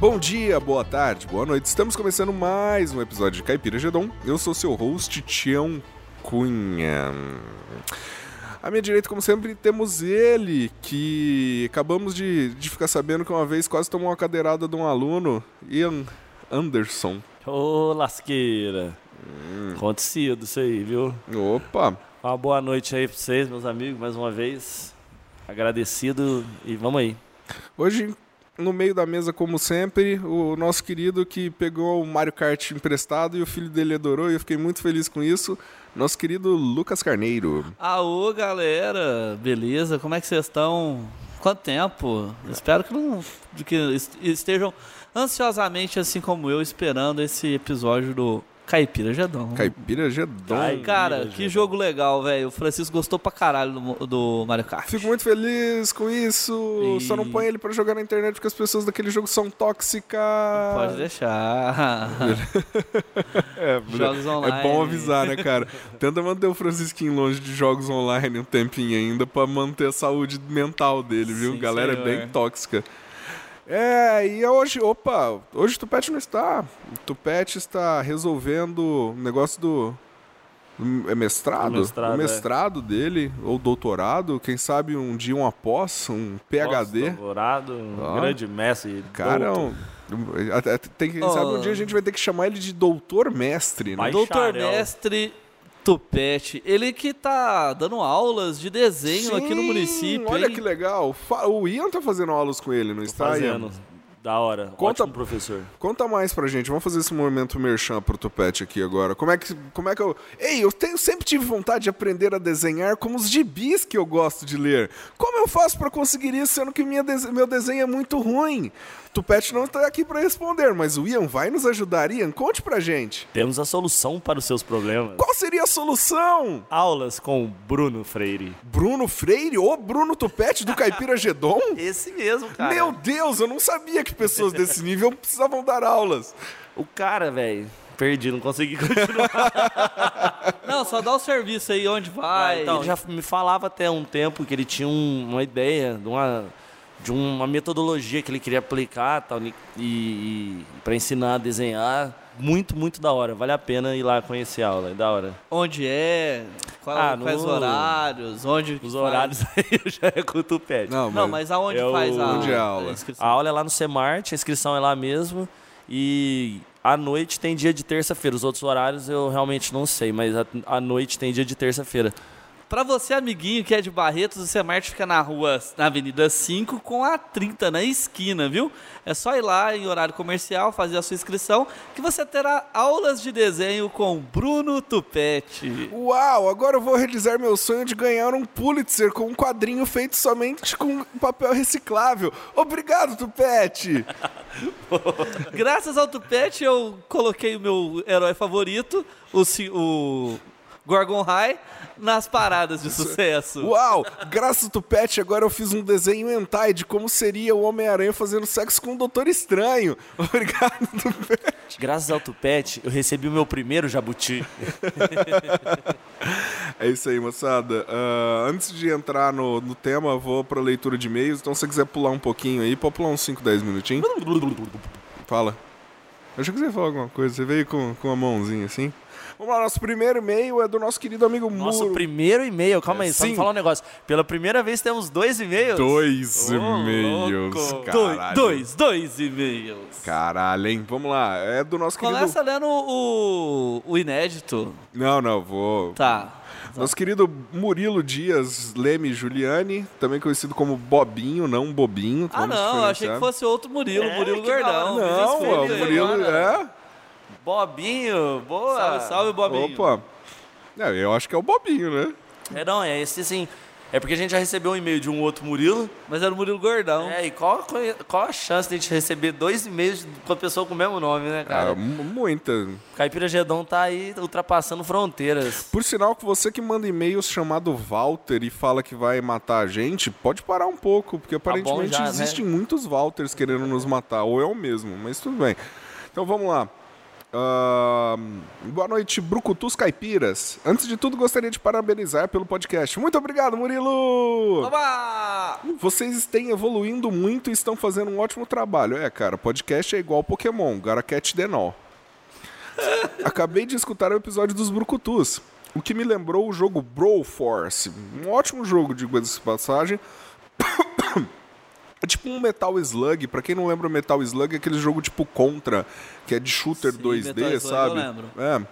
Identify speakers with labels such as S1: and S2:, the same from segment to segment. S1: Bom dia, boa tarde, boa noite. Estamos começando mais um episódio de Caipira Gedon. Eu sou seu host, Tião Cunha. À minha direita, como sempre, temos ele, que acabamos de, de ficar sabendo que uma vez quase tomou uma cadeirada de um aluno, Ian Anderson.
S2: Ô, lasqueira.
S1: Hum.
S2: Acontecido isso aí, viu?
S1: Opa!
S2: Uma boa noite aí pra vocês, meus amigos, mais uma vez. Agradecido e vamos aí.
S1: Hoje, no meio da mesa, como sempre, o nosso querido que pegou o Mario Kart emprestado e o filho dele adorou, e eu fiquei muito feliz com isso, nosso querido Lucas Carneiro.
S2: Aô, galera! Beleza? Como é que vocês estão? Quanto tempo? Espero que não que est- estejam ansiosamente, assim como eu, esperando esse episódio do Caipira Gedão.
S1: Caipira Gedon.
S2: Ai, cara, que jogo legal, velho. O Francisco gostou pra caralho do, mo- do Mario Kart.
S1: Fico muito feliz com isso.
S2: E-
S1: Só não põe ele pra jogar na internet porque as pessoas daquele jogo são tóxicas.
S2: Pode deixar.
S1: É,
S2: Jogos online.
S1: É bom avisar, né, cara? Tenta manter o Francisquinho longe de jogos online um tempinho ainda pra manter a saúde mental dele, viu?
S2: Sim,
S1: Galera
S2: senhor.
S1: é bem tóxica. É, e hoje, opa, hoje o Tupete não está. O Tupete está resolvendo o negócio do. do- É mestrado?
S2: Do mestrado, é.
S1: o mestrado dele, ou doutorado, quem sabe um dia um após, um PhD.
S3: Dourado, um
S1: Ó.
S3: grande mestre.
S1: Cara,
S3: doutor.
S1: um- até- tem, quem sabe um
S2: Oh.
S1: dia a gente vai ter que chamar ele de doutor mestre, né?
S3: Vai
S2: Doutor
S3: Charel.
S2: Mestre Tupete, ele que tá dando aulas de desenho aqui no
S1: Sim,
S2: município.
S1: Olha
S2: hein?
S1: que legal. Fa- O Ian tá fazendo aulas com ele, não está,
S3: fazendo.
S1: Ian?
S3: Da hora.
S1: tá Conta-
S3: Ótimo professor.
S1: Conta mais pra gente. Vamos fazer esse momento merchan pro Tupete aqui agora. Como é que, como é que eu... Ei, eu tenho, sempre tive vontade de aprender a desenhar como os gibis que eu gosto de ler. Como eu faço pra conseguir isso, sendo que minha des- meu desenho é muito ruim? Tupete não tá aqui pra responder, mas o Ian vai nos ajudar. Ian, conte pra gente.
S3: Temos a solução para os seus problemas.
S1: Qual seria a solução?
S3: Aulas com o Bruno Freire.
S1: Bruno Freire ou Bruno Tupete do Caipira Gedon?
S2: Esse mesmo, cara.
S1: Meu Deus, eu não sabia que pessoas desse nível precisavam dar aulas.
S3: O cara, velho. Perdi, não consegui continuar.
S2: Não, só dá o serviço aí onde vai.
S3: então, ele já me falava até um tempo que ele tinha um- uma ideia de uma, de um, uma metodologia que ele queria aplicar tal, e, e para ensinar a desenhar. Muito, muito da hora. Vale a pena ir lá conhecer a aula. É da hora.
S2: Onde é, qual,
S3: Ah,
S2: quais
S3: no-
S2: horários, onde.
S3: Os
S2: faz.
S3: horários aí já é com o Tupete.
S2: Não, assim. mas aonde
S3: É o-
S2: faz a,
S1: Onde é a aula?
S2: inscrição?
S3: A aula é lá no Semart, a inscrição é lá mesmo. E à noite tem dia de terça-feira. Os outros horários eu realmente não sei, mas à- à noite tem dia de terça-feira.
S2: Pra você, amiguinho que é de Barretos, o Semart fica na rua, na Avenida 5, com a 30 na esquina, viu? É só ir lá em horário comercial, fazer a sua inscrição, que você terá aulas de desenho com Bruno Tupete.
S1: Uau, agora eu vou realizar meu sonho de ganhar um Pulitzer com um quadrinho feito somente com papel reciclável. Obrigado, Tupete!
S2: Graças ao Tupete, eu coloquei o meu herói favorito, o, ci- o Gorgon High, nas paradas de sucesso.
S1: Uau, graças ao Tupete agora eu fiz um desenho hentai de como seria o Homem-Aranha fazendo sexo com o Doutor Estranho. Obrigado, Tupete.
S3: Graças ao Tupete, eu recebi o meu primeiro jabuti.
S1: É isso aí, moçada. Ah, antes de entrar no, no tema, eu vou pra leitura de e-mails. Então, se você quiser pular um pouquinho aí, pode pular uns 5, 10 minutinhos. Fala. Eu achei que você ia falar alguma coisa. Você veio com, com a mãozinha assim. Vamos lá, nosso primeiro e-mail é do nosso querido amigo
S3: Nosso
S1: Muro.
S3: primeiro e-mail, calma aí, só
S1: É, Sim.
S3: me falar um negócio. Pela primeira vez temos dois e-mails.
S1: Dois
S3: Ô,
S1: e-mails.
S3: louco.
S1: Caralho.
S2: Dois, dois e meios.
S1: Caralho, hein? Vamos lá. É do nosso
S2: Começa lendo o, o inédito.
S1: querido. Não, não, vou.
S2: Tá.
S1: Nosso querido Murilo Dias Leme Giuliani, também conhecido como Bobinho, não Bobinho.
S2: Ah,
S1: vamos
S2: não, eu achei que
S1: diferenciar.
S2: fosse outro Murilo,
S3: É,
S2: Murilo
S3: que da hora.
S2: Gordão. Me
S1: Não,
S2: desculpe
S1: o
S2: aí,
S1: Murilo.
S2: mano.
S1: É?
S3: Bobinho, boa.
S2: Salve, salve, Bobinho.
S1: Opa. É, eu acho que é o Bobinho, né?
S3: É, não, é esse assim. É porque a gente já recebeu um e-mail de um outro Murilo.
S2: Mas era o Murilo Gordão.
S3: É, e qual, qual a chance de a gente receber dois e-mails com a pessoa com o mesmo nome, né,
S1: Ah,
S3: cara?
S1: mu- muita.
S3: Caipira Gedão tá aí ultrapassando fronteiras.
S1: Por sinal que você que manda e-mails chamado Walter e fala que vai matar a gente, pode parar um pouco, porque
S3: bom
S1: aparentemente
S3: já, né?
S1: existem muitos Walters querendo nos matar, ou é o mesmo, mas tudo bem. Então vamos lá. Ahn, boa noite, Brucutus Caipiras. Antes de tudo, gostaria de parabenizar pelo podcast. Muito obrigado, Murilo!
S2: Oba!
S1: Vocês têm evoluindo muito e estão fazendo um ótimo trabalho. É, cara, podcast é igual Pokémon, Garacat Denol. Acabei de escutar o episódio dos Brucutus, o que me lembrou o jogo Brawl Force. Um ótimo jogo, digo de passagem. É tipo um Metal Slug, pra quem não lembra Metal Slug, é aquele jogo tipo Contra, que é de shooter
S2: Sim,
S1: 2D,
S2: Metal Slug
S1: sabe?
S2: eu lembro.
S1: É.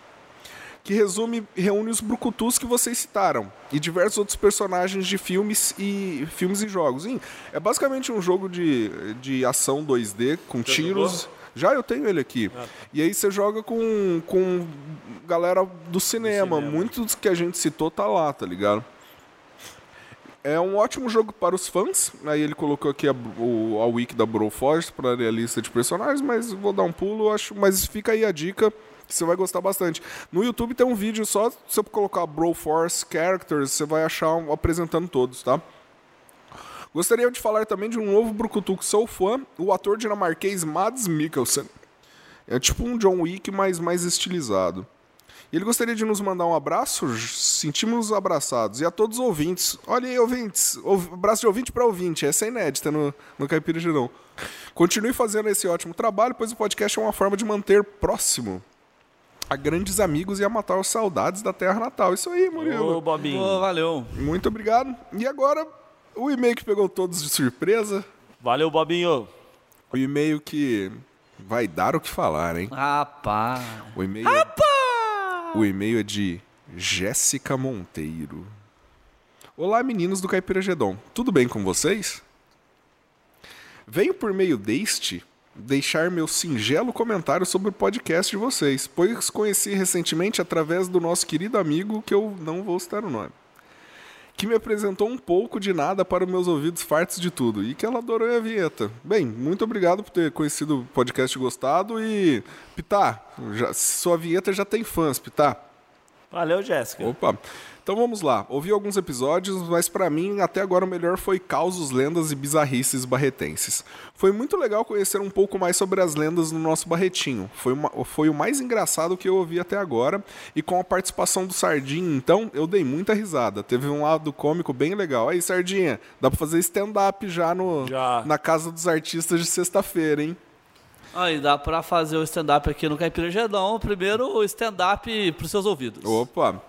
S1: Que resume, reúne os brucutus que vocês citaram e diversos outros personagens de filmes e filmes e jogos. Sim, é basicamente um jogo de, de ação 2D com tiros. Já eu tenho ele aqui. E aí você joga com, com galera do cinema. Muitos dos que a gente citou tá lá, tá ligado? É um ótimo jogo para os fãs. Aí ele colocou aqui a, o, a wiki da Broforce para a lista de personagens, mas vou dar um pulo, acho. Mas fica aí a dica que você vai gostar bastante. No YouTube tem um vídeo só, se você colocar Broforce Characters, você vai achar um- apresentando todos, tá? Gostaria de falar também de um novo Brucutu que sou fã, o ator dinamarquês Mads Mikkelsen. É tipo um John Wick, mas mais estilizado. Ele gostaria de nos mandar um abraço, j- sentimos-nos abraçados. E a todos os ouvintes. Olha aí, ouvintes. ouv- Abraço de ouvinte para ouvinte. Essa é inédita no, no Caipira Girão. Continue fazendo esse ótimo trabalho, pois o podcast é uma forma de manter próximo a grandes amigos e a matar as saudades da terra natal. Isso aí, Murilo.
S3: Ô, Bobinho.
S2: Pô, valeu.
S1: Muito obrigado. E agora, o e-mail que pegou todos de surpresa.
S3: Valeu, Bobinho.
S1: O e-mail que vai dar o que falar, hein?
S2: Rapaz.
S1: O e-mail. é- O e-mail é de Jéssica Monteiro. Olá, meninos do Caipira Gedon. Tudo bem com vocês? Venho por meio deste deixar meu singelo comentário sobre o podcast de vocês, pois conheci recentemente através do nosso querido amigo, que eu não vou citar o nome, que me apresentou um pouco de nada para os meus ouvidos fartos de tudo e que ela adorou a vinheta. Bem, muito obrigado por ter conhecido o podcast e gostado e Pitá, já- sua vinheta já tem fãs, Pitá.
S3: Valeu, Jéssica.
S1: Opa. Então vamos lá. Ouvi alguns episódios, mas pra mim até agora o melhor foi causos, lendas e bizarrices barretenses. Foi muito legal conhecer um pouco mais sobre as lendas no nosso barretinho. Foi, uma- foi o mais engraçado que eu ouvi até agora e com a participação do Sardinha, então, eu dei muita risada. Teve um lado cômico bem legal. Aí, Sardinha, dá pra fazer stand-up já, no,
S3: Já.
S1: na casa dos artistas de sexta-feira, hein?
S2: Aí dá pra fazer o stand-up aqui no Caipira Gedão. Primeiro o stand-up pros seus ouvidos.
S1: Opa!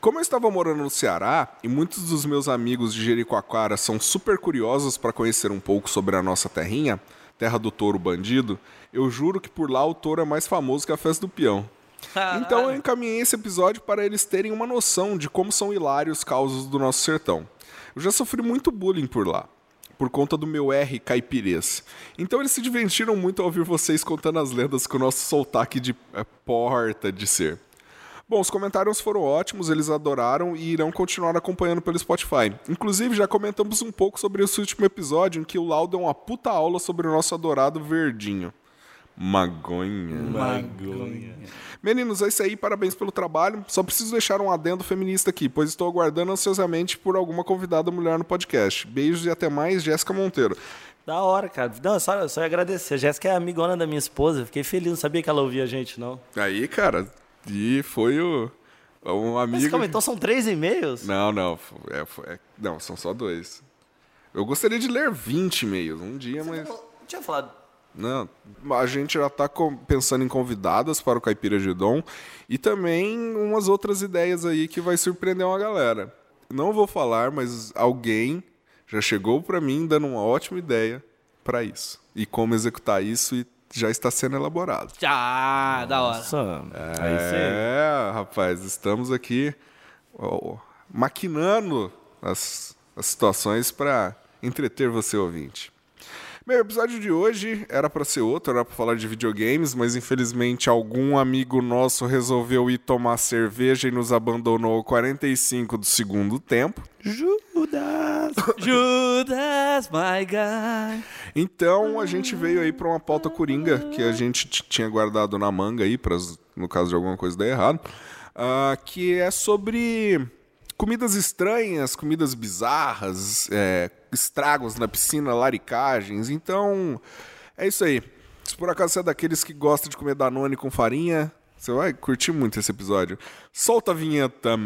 S1: Como eu estava morando no Ceará e muitos dos meus amigos de Jericoacoara são super curiosos para conhecer um pouco sobre a nossa terrinha, terra do touro bandido, eu juro que por lá o touro é mais famoso que a festa do peão.
S2: Caralho.
S1: Então eu encaminhei esse episódio para eles terem uma noção de como são hilários causos do nosso sertão. Eu já sofri muito bullying por lá, por conta do meu R caipirês. Então eles se divertiram muito ao ouvir vocês contando as lendas com o nosso sotaque de é, porta de ser. Bom, os comentários foram ótimos, eles adoraram e irão continuar acompanhando pelo Spotify. Inclusive, já comentamos um pouco sobre esse último episódio em que o Lau deu uma puta aula sobre o nosso adorado verdinho. Magonha. Meninos, é isso aí, parabéns pelo trabalho. Só preciso deixar um adendo feminista aqui, pois estou aguardando ansiosamente por alguma convidada mulher no podcast. Beijos e até mais, Jéssica Monteiro.
S3: Da hora, cara. Não, só, só ia agradecer. A Jéssica é amigona da minha esposa. Fiquei feliz. Não sabia que ela ouvia a gente, não.
S1: Aí, cara, e foi o. Um
S3: Mas
S1: amigo.
S3: calma, então são três e-mails?
S1: Não, não. f- é- f- é- não, são só dois. Eu gostaria de ler 20 e-mails um dia, mas.
S3: Não tinha falado.
S1: Não, a gente já tá com- pensando em convidadas para o Caipira de Dom e também umas outras ideias aí que vai surpreender uma galera. Não vou falar, mas alguém já chegou para mim dando uma ótima ideia para isso. E como executar isso e já está sendo elaborado.
S2: Ah, da hora.
S3: Nossa, aí você...
S1: É, rapaz, estamos aqui ó, maquinando as, as situações para entreter você, ouvinte. Meu, o episódio de hoje era para ser outro, era para falar de videogames, mas infelizmente algum amigo nosso resolveu ir tomar cerveja e nos abandonou 45 do segundo tempo.
S3: Judas.
S2: Judas, my guy.
S1: Então a gente veio aí pra uma pauta coringa que a gente t- tinha guardado na manga aí, pra, no caso de alguma coisa dar errado, ah, que é sobre comidas estranhas, comidas bizarras, é, estragos na piscina, laricagens. Então é isso aí. Se por acaso você é daqueles que gosta de comer Danone com farinha, você vai curtir muito esse episódio. Solta a vinheta.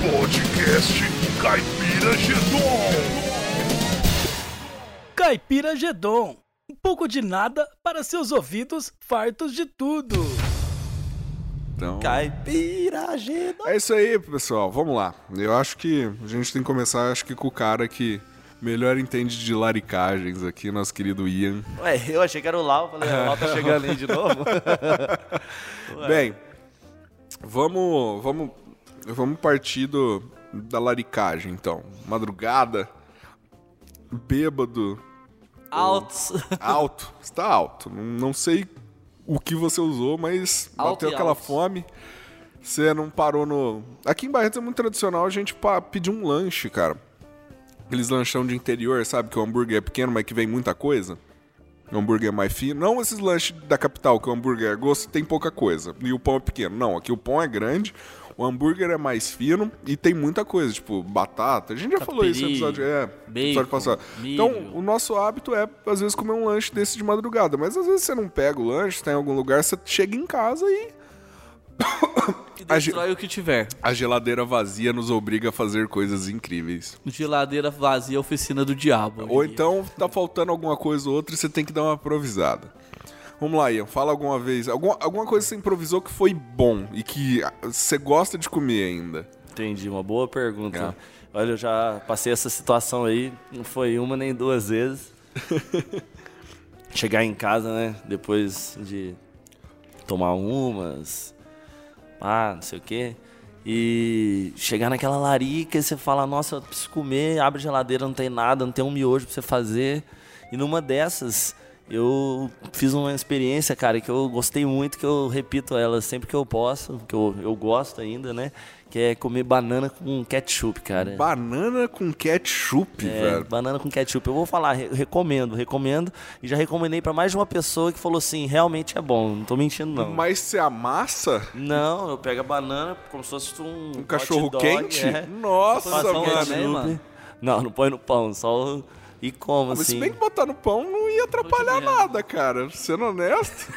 S4: Podcast Caipira Gedon.
S5: Caipira Gedon. Um pouco de nada para seus ouvidos fartos de tudo.
S1: Então,
S3: Caipira, gente.
S1: é isso aí, pessoal. Vamos lá. Eu acho que a gente tem que começar, acho que com o cara que melhor entende de laricagens aqui, nosso querido Ian.
S3: Ué, eu achei que era o Lau, falei, o Lau tá chegando aí de novo.
S1: Bem, vamos, vamos, vamos partir do, da laricagem, então. Madrugada, bêbado,
S2: Altos.
S1: alto. Está alto. Não, não sei o que você usou, mas
S2: Alto
S1: bateu
S2: e
S1: aquela
S2: alto.
S1: fome. Você não parou no. Aqui em Barretos é muito tradicional a gente pa- pedir um lanche, cara. Aqueles lanchão de interior, sabe? Que o hambúrguer é pequeno, mas que vem muita coisa. O hambúrguer é mais fino. Não esses lanches da capital, que o hambúrguer é gosto, tem pouca coisa. E o pão é pequeno. Não, aqui o pão é grande, o hambúrguer é mais fino e tem muita coisa. Tipo, batata. A gente já falou isso no
S3: Catupiry,
S1: episódio. É,
S3: bacon,
S1: episódio passado.
S3: milho.
S1: Então, o nosso hábito é, às vezes, comer um lanche desse de madrugada. Mas às vezes você não pega o lanche, tá em algum lugar, você chega em casa e
S2: E
S1: A ge-
S2: destrói o que tiver.
S1: a geladeira vazia nos obriga a fazer coisas incríveis.
S2: Geladeira vazia, oficina do diabo.
S1: Ou
S2: amiguinho.
S1: então tá faltando alguma coisa ou outra e você tem que dar uma improvisada. Vamos lá, Ian, fala alguma vez. Alguma, alguma coisa que você improvisou que foi bom e que ah, você gosta de comer ainda.
S3: Entendi, uma boa pergunta. Olha, eu já passei essa situação aí, não foi uma nem duas vezes. Chegar em casa, né, depois de tomar umas, ah, não sei o quê. E chegar naquela larica e você fala, nossa, eu preciso comer, abre a geladeira, não tem nada, não tem um miojo pra você fazer. E numa dessas, eu fiz uma experiência, cara, que eu gostei muito, que eu repito ela sempre que eu posso, que eu, eu gosto ainda, né? Que é comer banana com ketchup, cara.
S1: Banana com ketchup,
S3: É,
S1: velho.
S3: banana com ketchup. Eu vou falar, re- recomendo, recomendo. E já recomendei pra mais de uma pessoa que falou assim, realmente é bom, não tô mentindo não.
S1: Mas você amassa
S3: Não, eu pego a banana como se fosse um,
S1: um cachorro
S3: hot dog,
S1: quente?
S3: é.
S1: Nossa,
S2: Faça um
S1: mano. Ah,
S2: ketchup, né, mano?
S3: Não, não põe no pão, só e como
S1: Mas se
S3: assim.
S1: bem que botar no pão não ia atrapalhar nada, cara. Sendo honesto.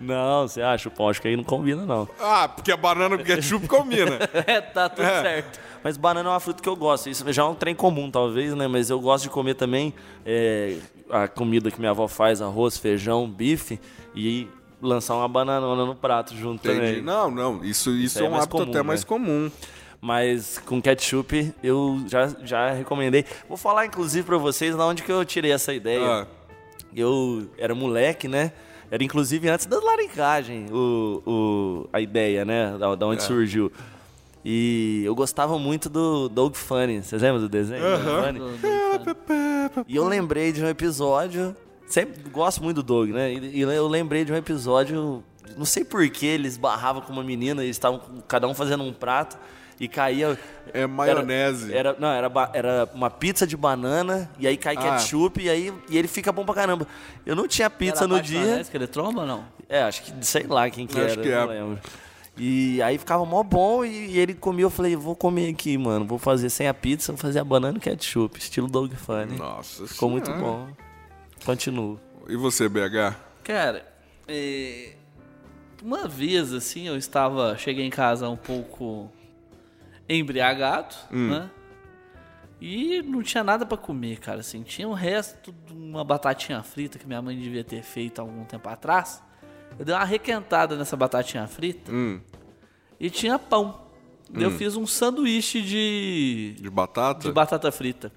S3: Não, você acha o pão, acho que aí não combina não.
S1: Ah, porque a banana com ketchup combina.
S2: É, tá tudo certo.
S3: Mas banana é uma fruta que eu gosto. Isso já é um trem comum, talvez, né? Mas eu gosto de comer também é, a comida que minha avó faz, arroz, feijão, bife, e lançar uma bananona no prato junto
S1: Entendi.
S3: também.
S1: Não, não. Isso, isso
S3: aí
S1: é
S3: é
S1: um
S3: mais
S1: hábito
S3: comum,
S1: até
S3: né?
S1: mais comum.
S3: Mas com ketchup eu já, já recomendei. Vou falar, inclusive, pra vocês de onde que eu tirei essa ideia.
S1: Ah,
S3: Eu era moleque, né? Era inclusive antes da laricagem o, o, a ideia, né? Da, da onde surgiu. E eu gostava muito do Doug Funny. Vocês lembram do desenho? do Doug Funny? E eu lembrei de um episódio. Sempre gosto muito do Doug, né? E, e eu lembrei de um episódio. Não sei porquê, eles barravam com uma menina e eles estavam com- cada um fazendo um prato e caía.
S1: É maionese.
S3: Era, era- não, era, ba- era uma pizza de banana e aí cai
S1: Ah.
S3: ketchup e aí e ele fica bom pra caramba. Eu não tinha pizza
S2: Era né?
S3: no
S2: a parte da
S1: né?
S3: dia.
S2: Nesca, ele tromba ou não?
S3: É, acho que sei lá quem que
S1: Acho
S3: era,
S1: que
S3: não
S1: é.
S3: lembro. E aí ficava mó bom e, e ele comia, eu falei, vou comer aqui, mano. Vou fazer sem a pizza, vou fazer a banana e ketchup, estilo Doug Funny.
S1: nossa
S3: Ficou muito
S1: Senhora.
S3: bom. Continuo.
S1: E você, BH?
S2: Cara, é, uma vez assim, eu estava. Cheguei em casa um pouco embriagado,
S1: Hum.
S2: né? E não tinha nada pra comer, cara. Assim, tinha um resto de uma batatinha frita que minha mãe devia ter feito há algum tempo atrás. Eu dei uma requentada nessa batatinha frita
S1: Hum,
S2: e tinha pão. Daí Eu fiz um sanduíche de,
S1: de batata?
S2: de batata frita.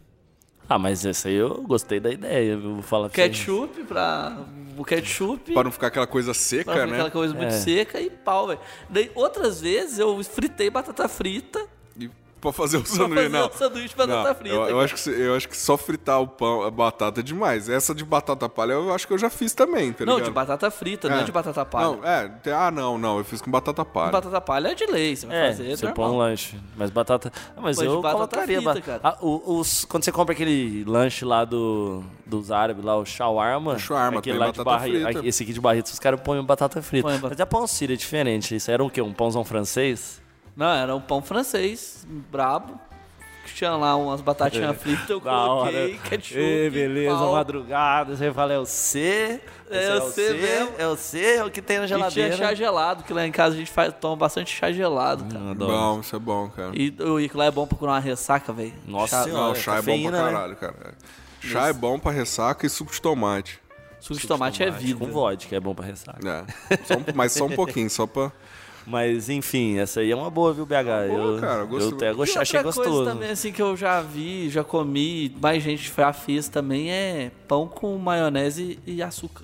S3: Ah, mas essa aí eu gostei da ideia, viu? Vou falar pra vocês.
S2: Ketchup pra. O ketchup.
S1: Pra não ficar aquela coisa seca,
S2: Pra ficar
S1: né?
S2: aquela coisa muito
S3: É.
S2: seca e pau, velho. Daí, outras vezes, eu fritei batata frita
S1: E pra fazer o
S2: pra
S1: sanduíche,
S2: fazer
S1: não.
S2: um sanduíche de batata
S1: Não,
S2: frita.
S1: eu, eu acho que, se- eu acho que só fritar o pão, a batata é demais. Essa de batata palha eu acho que eu já fiz também, tá
S2: não,
S1: ligado?
S2: de batata frita,
S1: É.
S2: não é de batata palha.
S1: Não, é, tem- ah, não, não, eu fiz com batata palha.
S2: Batata palha é de lei, você vai
S3: É,
S2: fazer, tá
S3: você
S2: normal.
S3: põe um lanche. Mas batata. Ah, mas
S2: Mas
S3: eu
S2: batata
S3: colocaria.
S2: frita,
S3: ba-
S2: cara.
S3: Ah, o- os- quando você compra aquele lanche lá do, dos árabes, lá, o shawarma.
S1: shawarma,
S3: aquele
S1: tem
S3: lá de
S1: batata
S3: barri,
S1: frita.
S3: aqui- Esse aqui de barritos, os caras põem batata frita.
S2: Põe batata-
S3: Mas a pão síria é diferente. Isso era o quê? Um pãozão francês?
S2: Não, era um pão francês, brabo. que tinha lá umas batatinhas fritas, eu
S3: Da hora.
S2: coloquei ketchup,
S3: Ê, beleza,
S2: pau.
S3: madrugada. Você fala, é o C. esse
S2: É o C mesmo.
S3: É o C, é o que tem na
S2: E tinha
S3: geladeira.
S2: chá gelado, que lá em casa a gente faz, toma bastante chá gelado, cara.
S1: Bom, isso é bom, cara.
S2: E, e lá é bom procurar uma ressaca, velho.
S3: Nossa
S2: chá,
S3: senhora.
S1: Não, chá é bom pra
S3: cafeína, né?
S1: caralho, cara. Chá é bom pra ressaca e suco de né? tomate.
S2: Suco de tomate é vida.
S3: Com vodka, é bom pra ressaca.
S1: É. Só um- mas só um pouquinho, só pra.
S3: Mas, enfim, essa aí é uma boa, viu, BH?
S1: boa,
S3: eu,
S1: cara,
S3: eu
S1: gosto-
S3: até
S2: E
S3: gost...
S2: outra
S3: achei
S2: coisa
S3: gostoso.
S2: também, assim, que eu já vi, já comi, mais gente já fez também, é pão com maionese e açúcar.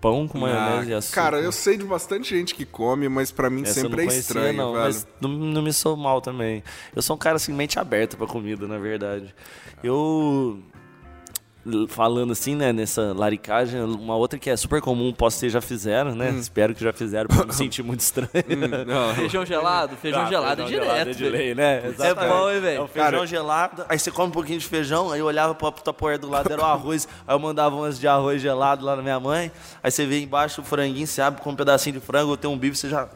S3: Pão com maionese e
S1: Ah,
S3: açúcar.
S1: Cara, eu sei de bastante gente que come, mas pra mim
S3: Essa eu
S1: sempre é
S3: não conhecia,
S1: estranho,
S3: não,
S1: velho.
S3: Mas não, não me sou mal também. Eu sou um cara assim, mente aberta pra comida, na verdade. Eu. Falando assim, né, nessa laricagem, uma outra que é super comum, posso ser já fizeram, né?
S1: Hum.
S3: Espero que já fizeram pra não me sentir muito estranho.
S2: Feijão gelado? Feijão
S3: Ah,
S2: gelado
S3: feijão
S2: é
S3: é
S2: direto,
S3: de
S2: velho.
S3: lei, né?
S2: É
S3: Exatamente.
S2: bom, hein,
S3: É o
S2: velho?
S3: feijão
S1: Cara-
S3: gelado, aí você come um pouquinho de feijão, aí eu olhava pra tapoeira do lado, era o arroz, aí eu mandava umas de arroz gelado lá na minha mãe, aí você vê embaixo o franguinho, você abre com um pedacinho de frango, ou tem um bife, você já...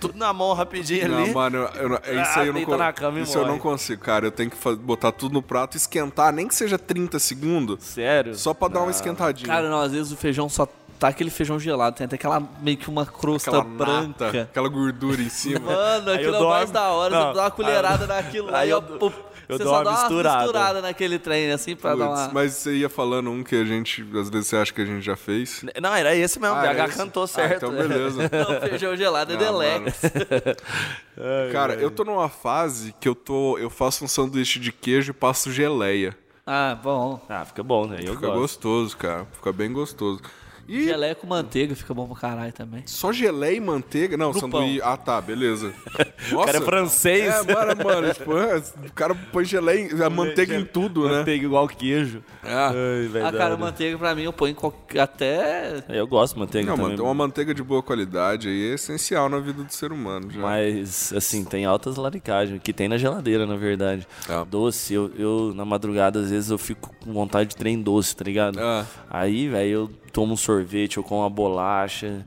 S3: Tudo na mão rapidinho
S1: Não,
S3: ali.
S1: mano, eu, eu- isso
S3: Ah,
S1: aí eu não,
S3: deita
S1: con-
S3: na cama e
S1: isso eu
S3: morre.
S1: não consigo, cara. Eu tenho que fa- botar tudo no prato, esquentar, nem que seja 30 segundos,
S3: Sério?
S1: só pra dar uma esquentadinha.
S2: Cara, não, às vezes o feijão só tá aquele feijão gelado, tem até aquela meio que uma crosta
S1: aquela
S2: branca.
S1: nata, aquela gordura em cima.
S2: Mano,
S3: Aí
S2: aquilo
S3: eu
S2: é o
S3: dou
S2: mais
S3: uma-
S2: da hora,
S3: Não,
S2: você dá uma
S3: aí eu-
S2: colherada naquilo
S3: aí
S2: aí,
S3: eu
S2: ó,
S3: dou-
S2: pup,
S3: eu
S2: você
S3: dou
S2: só
S3: uma
S2: dá uma
S3: misturada.
S2: misturada naquele trem, assim, pra dar uma...
S1: Putz, mas você ia falando um que a gente, às vezes você acha que a gente já fez.
S3: Não, era esse mesmo,
S1: Ah,
S3: BH
S1: era esse?
S3: cantou
S1: Ah,
S3: certo.
S1: então beleza.
S2: Não, feijão gelado é
S1: Ah,
S2: delex.
S1: mano. Cara, eu tô numa fase que eu tô. Eu faço um sanduíche de queijo e passo geleia.
S2: Ah, bom.
S3: Ah, fica bom, né? Eu
S1: Fica
S3: gosto.
S1: gostoso, cara. Fica bem gostoso. E
S2: Geleia com manteiga fica bom pra caralho também.
S1: só geleia e manteiga? Não,
S2: No
S1: sanduíche. Ah, tá, beleza. Nossa,
S3: O cara é francês.
S1: É, mano, mano, tipo, é, o cara põe geleia, em- a manteiga em tudo, né?
S3: Manteiga igual queijo.
S1: Ah.
S3: Ai, velho,
S2: Ah,
S3: da
S2: cara,
S3: hora.
S2: manteiga pra mim eu ponho em qualquer... até...
S3: Eu gosto de manteiga
S1: Não,
S3: também.
S1: mano, uma manteiga de boa qualidade aí é essencial na vida do ser humano. Já.
S3: Mas, assim, tem altas laricagens, que tem na geladeira, na verdade.
S1: Tá.
S3: Doce, eu, eu, na madrugada, às vezes, eu fico com vontade de trem doce, tá ligado?
S1: Ah.
S3: Aí, velho, eu tomo um sorvete, eu como uma bolacha.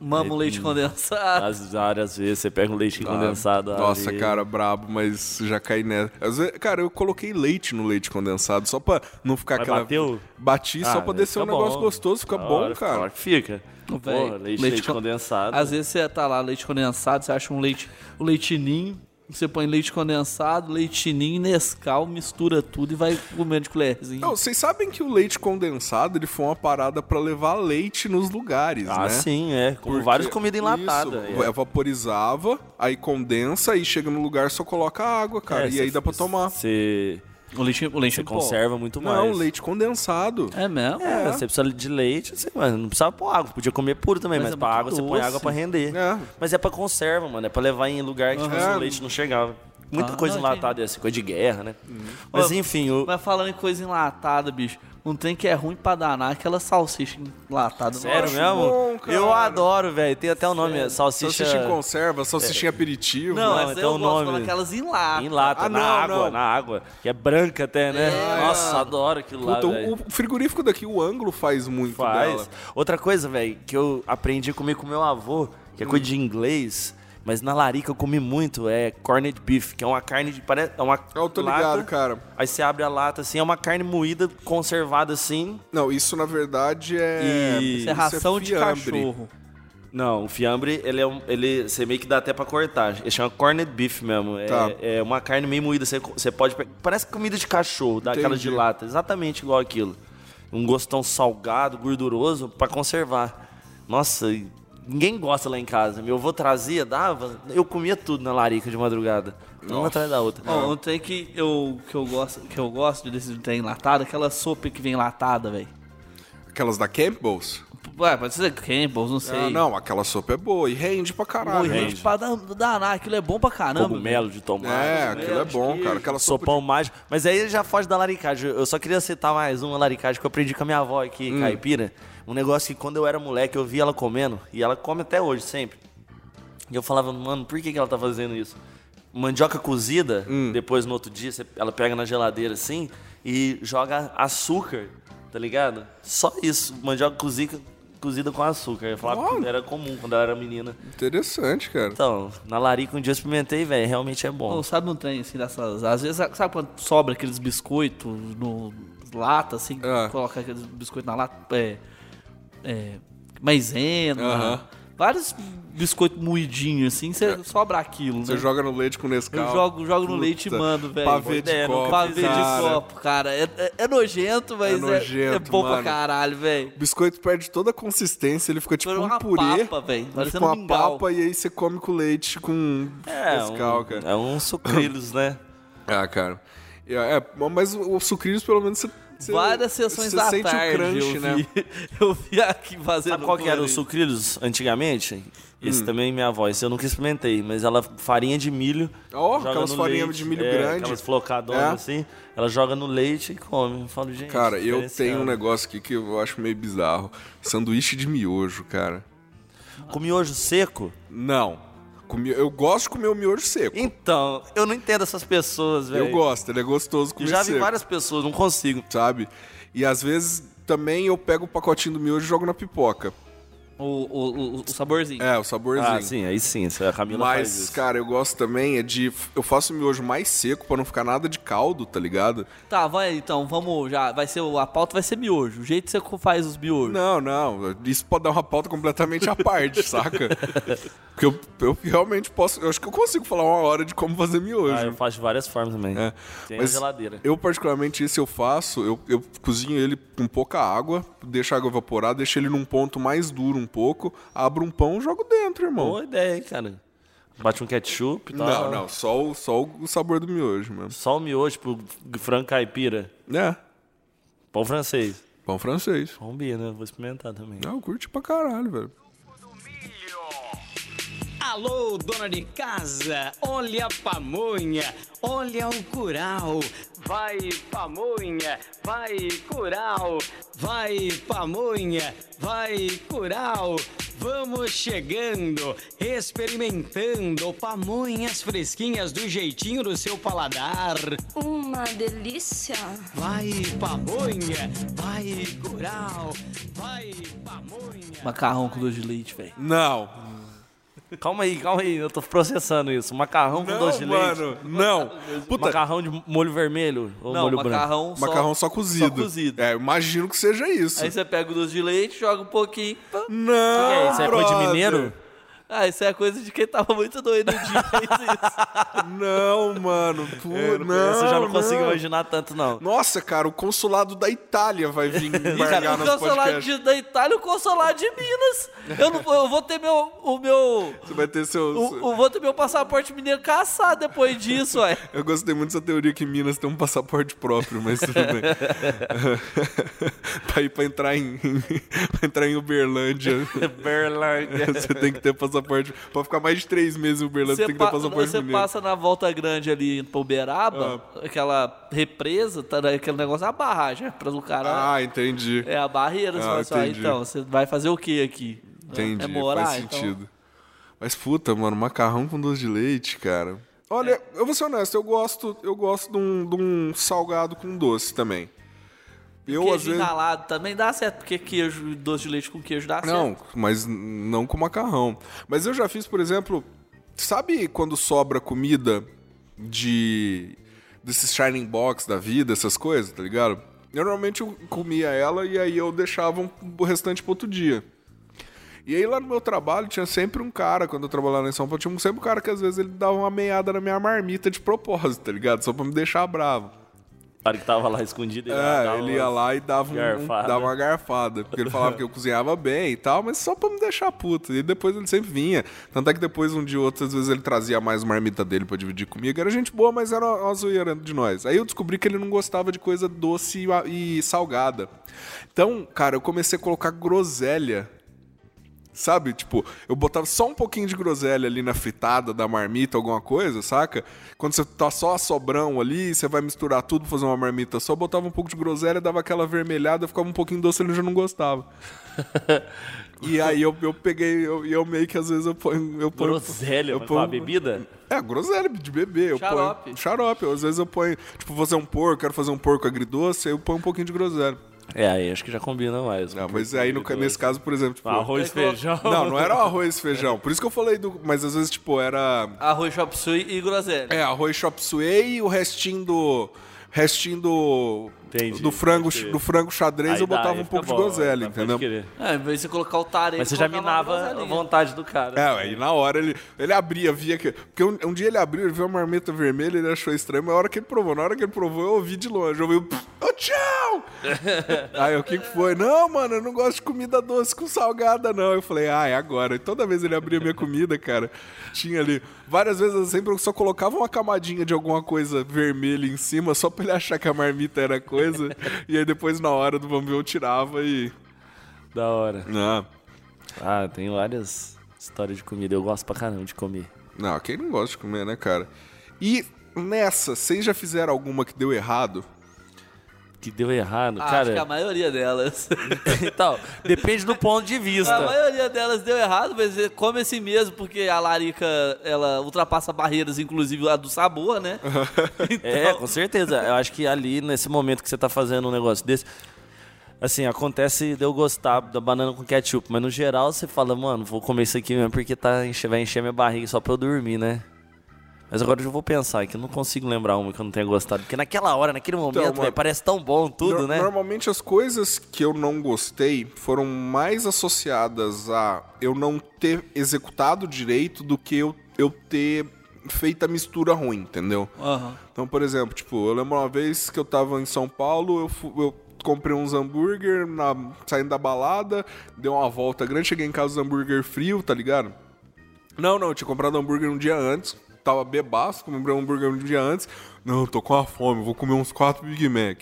S2: Mamo leite condensado.
S3: Às várias vezes, você pega um leite
S1: Ah,
S3: condensado.
S1: Nossa,
S3: ali.
S1: cara, brabo, mas já caí nessa. Às vezes- cara, eu coloquei leite no leite condensado só pra não ficar
S3: Mas
S1: aquela.
S3: bateu?
S1: Bati
S3: Ah,
S1: só pra
S3: velho,
S1: descer um
S3: fica
S1: negócio
S3: bom.
S1: gostoso, fica
S3: Da
S1: bom,
S3: hora,
S1: cara.
S3: claro que fica.
S2: Véi,
S3: Pô, leite, leite
S2: con-
S3: condensado.
S2: Às vezes você tá lá, leite condensado, você acha um leite, um leite ninho, você põe leite condensado, leite ninho, Nescau, mistura tudo e vai comendo de colherzinha.
S1: Não, vocês sabem que o leite condensado ele foi uma parada pra levar leite nos lugares,
S3: Ah,
S1: né?
S3: sim, é. Com
S1: Porque-
S3: várias comidas enlatadas.
S1: Isso,
S3: é.
S1: Vaporizava, aí condensa, aí chega no lugar só coloca água, cara.
S3: É,
S1: e aí
S3: cê-
S1: dá pra tomar.
S3: Você
S2: O leite, o leite é
S3: você
S2: em pó.
S3: conserva muito mais.
S1: Tipo, Não, leite condensado.
S2: É mesmo?
S3: Tipo, É, você precisa de leite, assim, mas não precisava pôr água. Podia comer puro também,
S2: Mas
S3: mas,
S2: é
S3: pra
S2: muito
S3: água você põe
S2: doce.
S3: água pra render.
S1: É.
S3: Mas é pra conserva, mano. É pra levar em lugar que tipo, assim,
S1: É.
S3: o leite não chegava. Muita
S2: Ah,
S3: coisa
S2: não,
S3: enlatada, assim, coisa de guerra, né?
S1: Uhum.
S3: Mas enfim, o...
S2: Mas falando em coisa enlatada, bicho, um trem que é ruim pra danar é aquela salsicha enlatada.
S3: sério
S1: acho
S3: mesmo?
S1: bom, cara.
S3: eu adoro, velho. Tem até o nome, é salsicha...
S1: Salsicha em conserva, salsicha em aperitivo. né?
S2: Não,
S3: é.
S2: é
S3: Não,
S2: essa
S3: então
S2: eu
S3: o
S2: gosto,
S3: nome-
S2: falando aquelas em lata.
S3: Em lata,
S1: Ah,
S3: na
S1: não,
S3: água,
S1: não. É.
S3: na água. Que é branca até, né? Nossa, adoro aquilo é lá,
S1: Puta,
S3: velho.
S1: o, o frigorífico daqui, o ângulo faz muito
S3: Faz.
S1: dela.
S3: Outra coisa, velho, que eu aprendi a comer com meu avô, que é
S1: Hum.
S3: coisa de inglês, mas na larica eu comi muito, é corned beef, que é uma carne de. pare- É uma
S1: Eu tô
S3: lata,
S1: ligado, cara.
S3: Aí você abre a lata assim, é uma carne moída, conservada assim.
S1: Não, isso na verdade é.
S3: E-
S1: isso
S2: Isso é ração de
S1: fiambre.
S2: cachorro.
S3: Não, o fiambre, ele é um. Ele, você meio que dá até pra cortar. Ele chama corned beef mesmo. É,
S1: Tá.
S3: é uma carne meio moída. Você, você pode. pe- Parece comida de cachorro, daquela de
S1: Entendi.
S3: lata. Exatamente igual aquilo. Um gostão salgado, gorduroso, pra conservar. Nossa, e ninguém gosta lá em casa. Meu avô trazia, dava. Eu comia tudo na larica de madrugada. Uma atrás da outra.
S2: Ó, um trem que eu, que eu gosto, que eu gosto desse trem enlatado, é aquela sopa que vem enlatada, velho.
S1: Aquelas da Campbell's?
S2: Ué, pode ser Campbell's, não sei.
S1: Ah, não, aquela sopa é boa e rende pra caralho.
S2: Morrer
S1: né?
S2: de pra dan- danar, aquilo é bom pra caramba.
S3: Cogumelo de tomate.
S1: É,
S2: né?
S1: aquilo é bom, cara. Aquela sopa.
S3: Sopão mágico. Mas aí ele já foge da laricagem. Eu só queria citar mais uma laricagem que eu aprendi com a minha avó aqui,
S1: Hum.
S3: caipira. Um negócio que quando eu era moleque eu via ela comendo, e ela come até hoje, sempre. E eu falava, mano, por que, que ela tá fazendo isso? Mandioca cozida,
S1: Hum.
S3: depois no outro dia, você- ela pega na geladeira assim e joga açúcar, tá ligado? Só isso. Mandioca cozida, cozida com açúcar. Eu ia falar
S1: Olha.
S3: que era comum quando eu era menina.
S1: é Interessante, cara.
S3: Então, na larica um dia eu experimentei, velho, realmente é bom.
S2: Ou sabe um trem assim dessas. Às vezes, sabe quando sobra aqueles biscoitos no lata, assim,
S1: Ah.
S2: coloca aqueles biscoitos na lata. É, é, maisena.
S1: Aham. É.
S2: Vários biscoitos moidinhos, assim, você sobra aquilo,
S1: Você
S2: né?
S1: joga no leite com Nescau.
S2: Eu jogo, jogo no
S1: Puta,
S2: leite e mando, velho.
S1: Pavê de
S2: É,
S1: copo,
S2: Pavê
S1: cara.
S2: de copo, cara. É, é- é nojento, mas é,
S1: nojento,
S2: é bom pra
S1: mano.
S2: caralho, velho.
S1: O biscoito perde toda a consistência, ele fica tipo
S2: Foi
S1: um
S2: uma
S1: purê.
S2: papa, velho.
S1: Ele fica
S2: Parecendo
S1: uma
S2: um mingau.
S1: papa e aí você come com leite com
S3: É,
S1: Nescau,
S3: um,
S1: cara.
S3: é um sucrilhos, né?
S1: Ah, cara. É, é, mas o, o sucrilhos, pelo menos, você. você-
S2: Várias sessões
S1: você
S2: da
S1: sente
S2: tarde
S1: o crunch,
S2: eu vi,
S1: né?
S2: Eu vi aqui fazendo...
S3: Sabe qual que era o
S2: suco?
S3: sucrilhos antigamente? Esse
S1: Hum.
S3: também minha avó, esse eu nunca experimentei, mas ela farinha de milho.
S1: Ó,
S3: joga
S1: aquelas
S3: no
S1: farinhas
S3: leite,
S1: de milho
S3: é,
S1: grande.
S3: Aquelas flocadonas
S1: É.
S3: assim, ela joga no leite e come. Eu falo, gente.
S1: Cara, eu tenho um
S3: diferenciado.
S1: negócio aqui que eu acho meio bizarro. Sanduíche de miojo, cara.
S3: Com miojo seco?
S1: Não. Comi- Eu gosto de comer o miojo seco.
S3: Então, eu não entendo essas pessoas, velho.
S1: Eu gosto, ele é gostoso comer
S3: Eu já vi
S1: seco,
S3: várias pessoas, não consigo.
S1: sabe? E às vezes também eu pego o pacotinho do miojo e jogo na pipoca.
S2: O, o, o, o saborzinho.
S1: É, o saborzinho.
S3: Ah, sim, aí sim, a Camila faz
S1: Mas,
S3: isso.
S1: cara, eu gosto também é de. Eu faço o miojo mais seco pra não ficar nada de caldo, tá ligado?
S2: Tá, vai então, vamos já. Vai ser, o- a pauta vai ser miojo. O jeito que você faz os miojos.
S1: Não, não. Isso pode dar uma pauta completamente à parte, saca? Porque eu, eu realmente posso. Eu acho que eu consigo falar uma hora de como fazer miojo.
S3: Ah, eu faço de várias formas também.
S1: É.
S3: Tem
S1: Mas
S3: a geladeira.
S1: Eu, particularmente, esse eu faço, eu, eu cozinho ele com pouca água, deixo a água evaporar, deixo ele num ponto mais duro um pouco, abro um pão e jogo dentro, irmão.
S3: Boa ideia, hein, cara. Bate um ketchup e
S1: Não,
S3: tal.
S1: não, só o, só o sabor do miojo, mano.
S3: Só o miojo pro frango caipira.
S1: É,
S3: Pão francês.
S1: pão francês.
S3: Combina, vou experimentar também.
S1: Não, eu curte pra caralho, velho.
S6: Alô, dona de casa, olha a pamonha, olha o curau. Vai pamonha, vai curau, vai pamonha, vai curau. Vamos chegando, experimentando pamonhas fresquinhas do jeitinho do seu paladar.
S7: Uma delícia.
S6: Vai pamonha, vai curau, vai pamonha.
S2: Macarrão com doce de leite, velho.
S1: Não,
S3: Calma aí, calma aí, eu tô processando isso. Macarrão com doce de leite.
S1: mano, não. Puta,
S3: Macarrão de molho vermelho ou
S2: Não,
S3: molho branco?
S2: macarrão só.
S1: macarrão só cozido.
S2: Só cozido. É
S1: É, eu imagino que seja isso.
S2: Aí você pega o doce de leite, joga um pouquinho. pá.
S1: Não,
S3: Que é isso? É coisa de
S1: brother.
S3: mineiro?
S2: Ah, isso é coisa de quem tava muito doido no dia. fez isso.
S1: Não, mano, tu, não.
S3: Esse eu já não consigo
S1: não.
S3: imaginar tanto, não.
S1: Nossa, cara, o consulado da Itália vai vir embargar
S2: o
S1: nosso
S2: consolado
S1: podcast.
S2: de, da Itália, o consolado de Minas. Eu, não, eu vou ter meu, o meu.
S1: Você vai ter seu...
S2: o-
S1: seu-
S2: eu vou ter meu passaporte mineiro caçado depois disso, ué.
S1: Eu gostei muito dessa teoria que Minas tem um passaporte próprio, mas tudo bem. pra ir pra entrar em, pra entrar em Uberlândia,
S3: Berlândia.
S1: você tem que ter passaporte... Pra ficar mais de três meses em Uberlândia, você
S2: Você,
S1: tem que ter
S2: pa-
S1: passaporte
S2: você
S1: mineiro. Ah.
S2: passa na volta grande ali em Uberaba, aquela represa, tá, na- aquele negócio, a barragem, para o cara.
S1: Ah, entendi.
S2: é a barreira, você
S1: ah,
S2: fala assim, "Ah,
S1: entendi.
S2: então, você vai fazer o que aqui?
S1: Entendi,
S2: é morar,
S1: faz
S2: então-
S1: sentido. Mas puta, mano, macarrão com doce de leite, cara. Olha, eu vou ser honesto, eu gosto, eu gosto de um, de um salgado com doce também. Eu às
S2: Queijo
S1: vezes
S2: inalado também dá certo, porque queijo, doce de leite com queijo dá
S1: não,
S2: certo.
S1: mas n- não com macarrão. Mas eu já fiz, por exemplo, sabe quando sobra comida de desses shining box da vida, essas coisas, tá ligado? Eu, Normalmente eu comia ela e aí eu deixava um- o restante pro outro dia. E aí lá no meu trabalho tinha sempre um cara, quando eu trabalhava lá em São Paulo, tinha sempre um cara que às vezes ele dava uma meiada na minha marmita de propósito, tá ligado? Só pra me deixar bravo.
S3: O cara que tava lá escondido.
S1: É, ele ia lá e dava, um- um-
S3: garfada.
S1: dava uma garfada. Porque ele falava que eu cozinhava bem e tal, mas só pra me deixar puto. E depois ele sempre vinha. Tanto é que depois, um dia ou outro, às vezes ele trazia mais marmita dele pra dividir comigo. Era gente boa, mas era uma zoeira de nós. Aí eu descobri que ele não gostava de coisa doce e, e salgada. Então, cara, eu comecei a colocar groselha Sabe? Tipo, eu botava só um pouquinho de groselha ali na fritada da marmita, alguma coisa, saca? Quando você tá só a sobrão ali, você vai misturar tudo, fazer uma marmita só, botava um pouco de groselha, dava aquela vermelhada, ficava um pouquinho doce, ele já não gostava. e aí eu, eu peguei, eu, eu meio que às vezes eu ponho. Eu ponho
S3: Groselha,
S1: eu
S3: mas
S1: ponho-
S3: uma bebida?
S1: É, groselha de bebê. Eu
S2: Xarope.
S1: Ponho, xarope. Às vezes eu ponho, tipo, fazer um porco, quero fazer um porco agridoce, aí eu ponho um pouquinho de groselha.
S3: É, aí acho que já combina mais.
S1: Não, mas aí no ca- nesse caso, por exemplo, tipo.
S3: Ah, Arroz, feijão.
S1: Não, é não era o arroz e feijão. Por isso que eu falei do. Mas às vezes, tipo, era.
S2: Arroz chop suey e groselha.
S1: É, arroz chop suey e o restinho do. Restinho do.
S3: Entendi,
S1: do, frango,
S3: pode crer.
S1: do frango xadrez
S3: Aí
S1: eu
S3: dá,
S1: botava
S3: aí
S1: um pouco
S3: fica
S1: de
S3: bom,
S1: groselha,
S3: tá, pode
S1: entendeu?
S3: crer.
S2: É, em vez de você colocar o tareio,
S3: Mas você já minava a vontade do cara.
S1: É, aí na hora ele, ele abria, via que. Porque um, um dia ele abriu, ele viu uma marmita vermelha, ele achou estranho, mas a hora que ele provou, na hora que ele provou, eu ouvi de longe, eu ouvi. o "Pff, Ô, tchau! aí eu, o que que foi? Não, mano, eu não gosto de comida doce com salgada, não. Eu falei, ah, é agora. E toda vez ele abria minha comida, cara, tinha ali. Várias vezes eu sempre só colocava uma camadinha de alguma coisa vermelha em cima, só pra ele achar que a marmita era coisa. e aí depois, na hora do vamos ver, eu tirava e. É. né?
S3: Da hora.
S1: Não.
S3: Ah, tem várias histórias de comida. Eu gosto pra caramba de comer.
S1: Não, quem não gosta de comer, né, cara? E nessa, vocês já fizeram alguma que deu errado?
S3: Que deu errado,
S2: Ah, acho que a
S3: cara.
S2: maioria delas.
S3: então, depende do ponto de
S2: A
S3: vista.
S2: maioria delas deu errado, mas come assim mesmo, porque a larica, ela ultrapassa barreiras, inclusive a do sabor, né? Então,
S3: É, com certeza. Eu acho que ali, nesse momento que você tá fazendo um negócio desse. Assim, acontece de eu gostar da banana com ketchup, mas no geral você fala, mano, vou comer isso aqui mesmo porque tá, enche- vai encher minha barriga só pra eu dormir, né? Mas agora eu vou pensar que eu não consigo lembrar uma que eu não tenha gostado. Porque naquela hora, naquele momento,
S1: mano,
S3: velho, parece tão bom tudo,
S1: Nor-
S3: né?
S1: Normalmente as coisas que eu não gostei foram mais associadas a eu não ter executado direito do que eu, eu ter feito a mistura ruim, entendeu?
S2: aham.
S1: Então, por exemplo, tipo, eu lembro uma vez que eu tava em São Paulo, eu, fu- eu comprei uns hambúrguer na- saindo da balada, dei uma volta grande, cheguei em casa os hambúrguer frio, tá ligado? Não, não, eu tinha comprado hambúrguer um dia antes, tava bebaço, comprei um hambúrguer um dia antes. Não, tô com a fome, vou comer uns quatro Big Mac.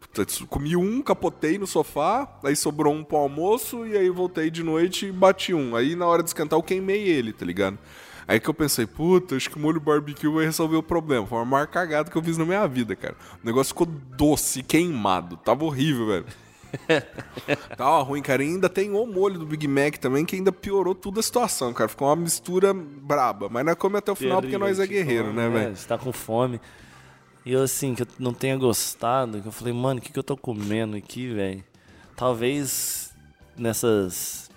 S1: Puta, isso- Comi um, capotei no sofá, aí sobrou um pro almoço, e aí voltei de noite e bati um. Aí na hora de esquentar eu queimei ele, tá ligado? Aí que eu pensei, puta, acho que o molho barbecue vai resolver o problema. Foi uma maior cagada que eu fiz na minha vida, cara. O negócio ficou doce, queimado. Tava horrível, velho. Tava ruim, cara. E ainda tem o molho do Big Mac também, que ainda piorou toda a situação, cara. Ficou uma mistura braba. Mas nós comemos até o final porque nós é
S3: Tipo,
S1: guerreiro, né, velho?
S3: Você tá com fome. E eu, assim, que eu não tenha gostado, que eu falei, mano, o que, que eu tô comendo aqui, velho? Talvez nessas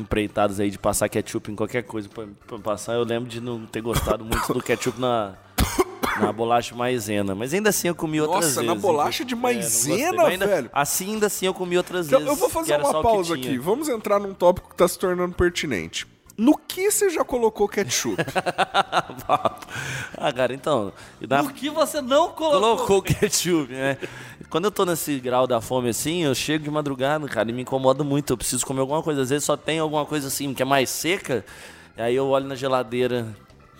S3: empreitadas aí de passar ketchup em qualquer coisa pra, pra passar, eu lembro de não ter gostado muito do ketchup na, na bolacha maisena. Mas ainda assim eu comi outras
S1: Nossa, na
S3: vezes.
S1: bolacha de
S3: inclusive. É, não gostei.
S1: maisena,
S3: Mas ainda-
S1: velho?
S3: Assim, ainda assim eu comi outras
S1: Então,
S3: vezes.
S1: eu vou
S3: que
S1: fazer
S3: era só
S1: uma
S3: o que
S1: pausa
S3: tinha.
S1: aqui. Vamos entrar num tópico que tá se tornando pertinente. No que você já colocou ketchup?
S3: ah, cara, então... e na-
S2: Por que você não colocou?
S3: colocou o ketchup, né? Quando eu tô nesse grau da fome assim, eu chego de madrugada, cara, e me incomoda muito. Eu preciso comer alguma coisa. Às vezes só tem alguma coisa assim que é mais seca. E aí eu olho na geladeira.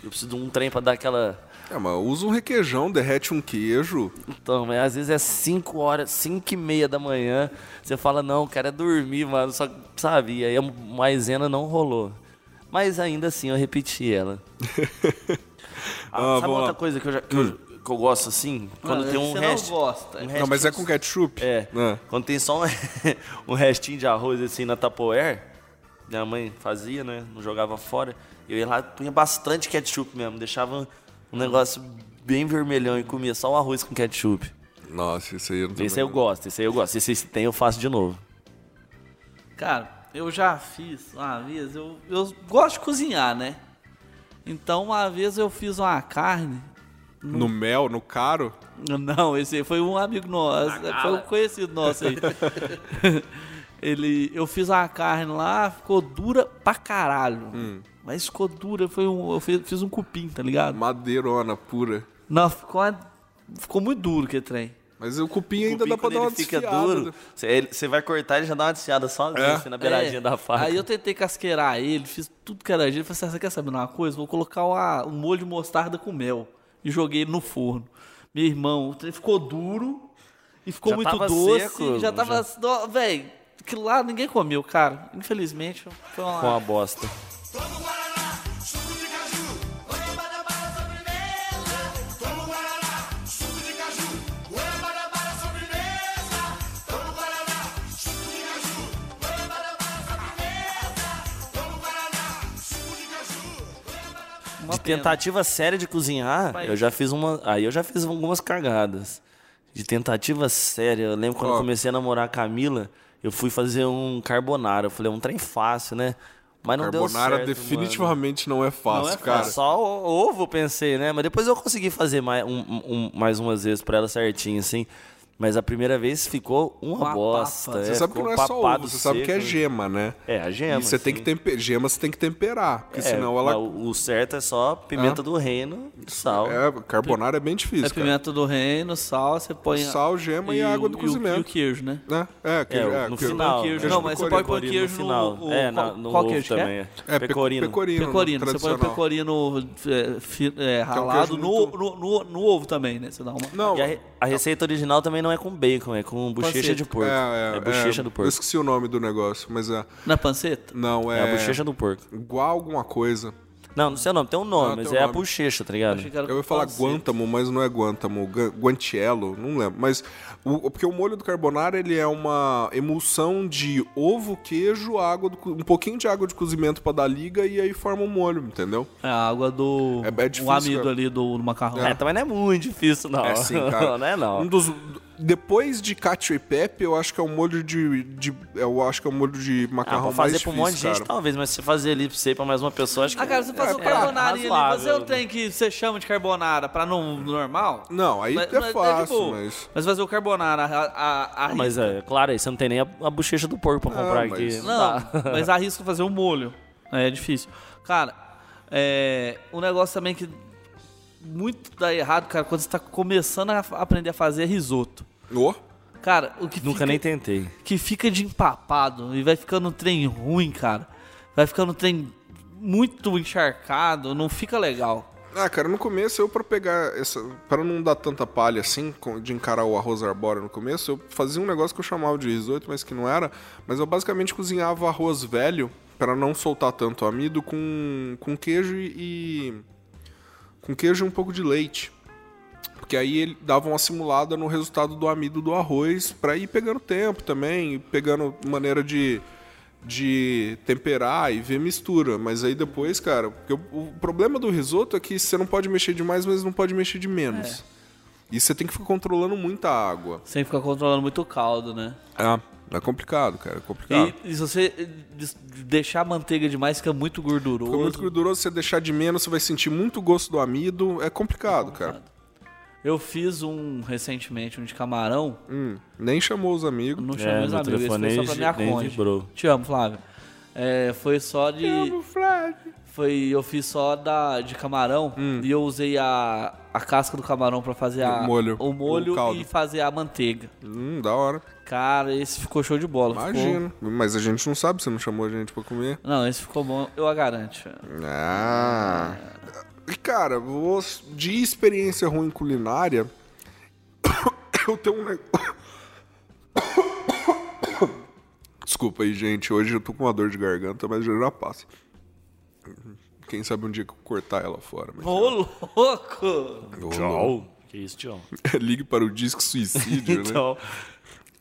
S3: Eu preciso de um trem pra dar aquela.
S1: é, mas usa um requeijão, derrete um queijo.
S3: Então, mas às vezes é 5 horas, 5 e meia da manhã. Você fala, não, cara, é dormir, mano. Só, que, sabe? E aí a maisena não rolou. Mas ainda assim eu repeti ela. Ah,
S1: Ah,
S3: sabe
S1: vamos
S3: outra
S1: lá.
S3: coisa que eu, já- que eu- que eu gosto assim? Quando
S2: Ah,
S3: tem um
S2: você
S3: resto.
S2: não gosta.
S3: um
S1: Não, mas é com ketchup?
S3: É.
S1: Ah.
S3: Quando tem só um, um restinho de arroz assim na Tupperware, minha mãe fazia, né? Não jogava fora. Eu ia lá, punha bastante ketchup mesmo, deixava um- um negócio bem vermelhão e comia só o arroz com ketchup.
S1: Nossa, isso aí eu não tô
S3: Esse é aí eu
S1: lembrando.
S3: gosto, esse aí eu gosto. Esse aí se tem eu faço de novo.
S2: Cara, eu já fiz uma vez, eu, eu gosto de cozinhar, né? Então uma vez eu fiz uma carne.
S1: No mel, no caro?
S2: Não, esse aí foi um amigo nosso, foi um conhecido nosso aí. Ele, eu fiz uma carne lá, ficou dura pra caralho. Mas ficou dura, foi um, eu fiz, fiz um cupim, tá ligado?
S1: Madeirona pura.
S2: Não, ficou, uma- ficou muito duro que trem.
S1: Mas o cupim ainda
S3: O
S1: dá pra
S3: quando
S1: dar uma
S3: ele fica
S1: desfiada. né?
S3: duro, você ele- você vai cortar ele já dá uma desfiada sozinho,
S1: É.
S3: assim, na beiradinha
S2: É.
S3: da faca.
S2: Aí eu tentei casqueirar ele, fiz tudo que era jeito. Falei assim, "Ah, você quer saber de uma coisa? Vou colocar uma- um molho de mostarda com mel. E joguei ele no forno. Meu irmão, o trem ficou duro e ficou
S3: Já
S2: muito
S3: tava
S2: doce.
S3: seco,
S2: já tava... Nó, Véi, aquilo lá ninguém comeu, cara. Infelizmente, foi uma...
S3: Com a bosta.
S2: uma
S3: De
S2: pena.
S3: tentativa séria de cozinhar,
S2: Mas-
S3: eu já fiz uma. Aí eu já fiz algumas cagadas. de tentativa séria. Eu lembro quando
S1: Ó.
S3: eu comecei a namorar a Camila, eu fui fazer um carbonara. Eu falei, é um trem fácil, né? Mas não
S1: Carbonara
S3: deu certo. mano.
S1: definitivamente não é fácil,
S3: Não é
S1: cara.
S3: fácil. Só o- ovo, eu pensei, né? Mas depois eu consegui fazer mais, um, um- mais umas vezes pra ela certinho, assim. Mas a primeira vez ficou uma,
S2: Uma
S3: bosta.
S2: papa.
S1: Você
S3: é,
S1: sabe que
S3: ficou
S1: não é só ovo,
S3: papado
S1: você sabe que é
S3: seco.
S1: gema, né?
S3: É, a gema.
S1: E você tem
S3: sim.
S1: que temperar. Gema você tem que temperar, porque
S3: É,
S1: senão ela.
S3: mas O o certo é só pimenta do reino, sal.
S1: É, carbonara é bem difícil.
S2: É
S1: cara.
S2: pimenta do reino, sal, você põe. a-
S1: Sal, gema e,
S2: o-
S1: água do
S2: o-
S1: cozimento.
S2: E o queijo, né?
S1: Né? É, que,
S3: É,
S1: é,
S3: no
S1: que-
S3: final.
S2: Queijo,
S1: né?
S2: não, mas você pode pôr
S3: Pecorino
S2: queijo
S3: no final.
S2: no-
S3: é,
S2: qual-
S3: na, no
S2: qual
S3: ovo
S2: queijo que é?
S3: também.
S1: É, pe- pecorino.
S2: Pecorino, você põe o
S1: tradicional. um
S2: pecorino é, fi- é, ralado no,
S1: muito-
S2: no- no- no ovo também, né? Você dá uma.
S1: Não, é,
S3: E a, re- a receita original também não é com bacon, é com bochecha
S2: Panceta.
S3: de porco.
S1: é, é,
S3: bochecha
S1: é,
S3: do
S1: Eu
S3: porco.
S1: esqueci o nome do negócio, mas é.
S2: Na panceta?
S1: Não,
S3: É
S1: é.
S3: a bochecha do porco.
S1: Guá alguma coisa.
S3: Não, não sei o nome, tem um nome,
S1: Ah, tem
S3: mas
S1: um
S3: é a
S1: nome.
S3: bochecha, tá ligado?
S2: Achei que era
S1: Eu ia falar
S2: panceta.
S1: Guantamo, mas não é Guantamo, Gu- Guantiello, não lembro. Mas o, porque o molho do carbonara ele é uma emulsão de ovo, queijo, água, do co- um pouquinho de água de cozimento pra dar liga e aí forma o molho, entendeu?
S2: É a água do.
S1: É- é difícil,
S2: o amido
S1: cara.
S2: ali do, do macarrão.
S3: É, também não é muito difícil, não.
S1: É sim, cara.
S3: não é, não.
S1: Um dos depois de cacio e pepe, eu acho que é o molho de, de- eu acho que é o molho de
S3: Ah,
S1: macarrão mais
S3: pra fazer pra
S1: difícil,
S3: um monte de gente,
S1: cara.
S3: talvez, mas se fazer ali pra você e pra mais uma pessoa, acho que.
S2: Ah, cara, você faz
S1: É,
S2: o
S1: é
S2: carbonara ali,
S3: razoável,
S2: você não
S3: né?
S2: tem que você chama de carbonara pra não normal?
S1: Não, aí
S2: Mas-
S1: é
S2: mas de
S1: fácil,
S2: boa.
S1: mas-
S2: fazer o carbonara, a. a, a
S3: Ah, Mas é, claro, aí você não tem nem a, a bochecha do porco pra
S1: Não,
S3: comprar
S1: mas-
S3: aqui.
S2: Não,
S3: dá.
S2: mas arrisca fazer um molho. É difícil. Cara, é, um negócio também que muito dá errado, cara, quando você tá começando a f- aprender a fazer é risoto.
S1: Ô,
S2: Cara, o que
S3: Nunca
S2: fica,
S3: nem tentei.
S2: que fica de empapado e vai ficando um trem ruim, cara. Vai ficando um trem muito encharcado, não fica legal.
S1: Ah, cara, no começo eu pra pegar essa, para não dar tanta palha assim, com- de encarar o arroz arbóreo no começo, eu fazia um negócio que eu chamava de risoto, mas que não era, mas eu basicamente cozinhava arroz velho pra não soltar tanto amido com com queijo e com queijo e um pouco de leite. Porque aí ele dava uma simulada no resultado do amido do arroz pra ir pegando tempo também, e pegando maneira de, de temperar e ver mistura. Mas aí depois, cara, porque o, o problema do risoto é que você não pode mexer demais, mas não pode mexer de menos. E você tem que ficar controlando muita água.
S2: Sem ficar controlando muito o caldo, né?
S1: Ah, é complicado, cara, é complicado.
S2: E, e se você eh, des- deixar a manteiga demais, fica muito gorduroso.
S1: Fica muito gorduroso, você deixar de menos, você vai sentir muito gosto do amido. É complicado, cara.
S2: Eu fiz um recentemente, um de camarão.
S1: Hum, nem chamou os amigos.
S2: Não
S3: É,
S2: chamei os
S3: meu
S2: amigos, esse foi
S3: telefone
S2: só pra
S3: nem-
S2: minha
S3: nem
S2: conde.
S3: vibrou.
S2: Te amo, Flávio. É, foi só de. Foi, eu fiz só da, de camarão e eu usei a, a casca do camarão pra fazer a,
S1: Hum. O molho.
S2: o molho
S1: O caldo.
S2: e fazer a manteiga.
S1: Hum, da hora.
S2: Cara, esse ficou show de bola. ficou-
S1: Imagino. Mas a gente não sabe, você não chamou a gente pra comer.
S2: não, esse ficou bom, eu a garanto.
S1: Ah. E, Cara, vou- de experiência ruim culinária, eu tenho um negócio. Desculpa aí, gente. Hoje eu tô com uma dor de garganta, mas já já passa. Quem sabe um dia que eu cortar ela fora. mas-
S2: Ô, louco!
S3: Tchau. Que isso, tchau.
S1: Ligue para o disco suicídio, né?
S3: Então,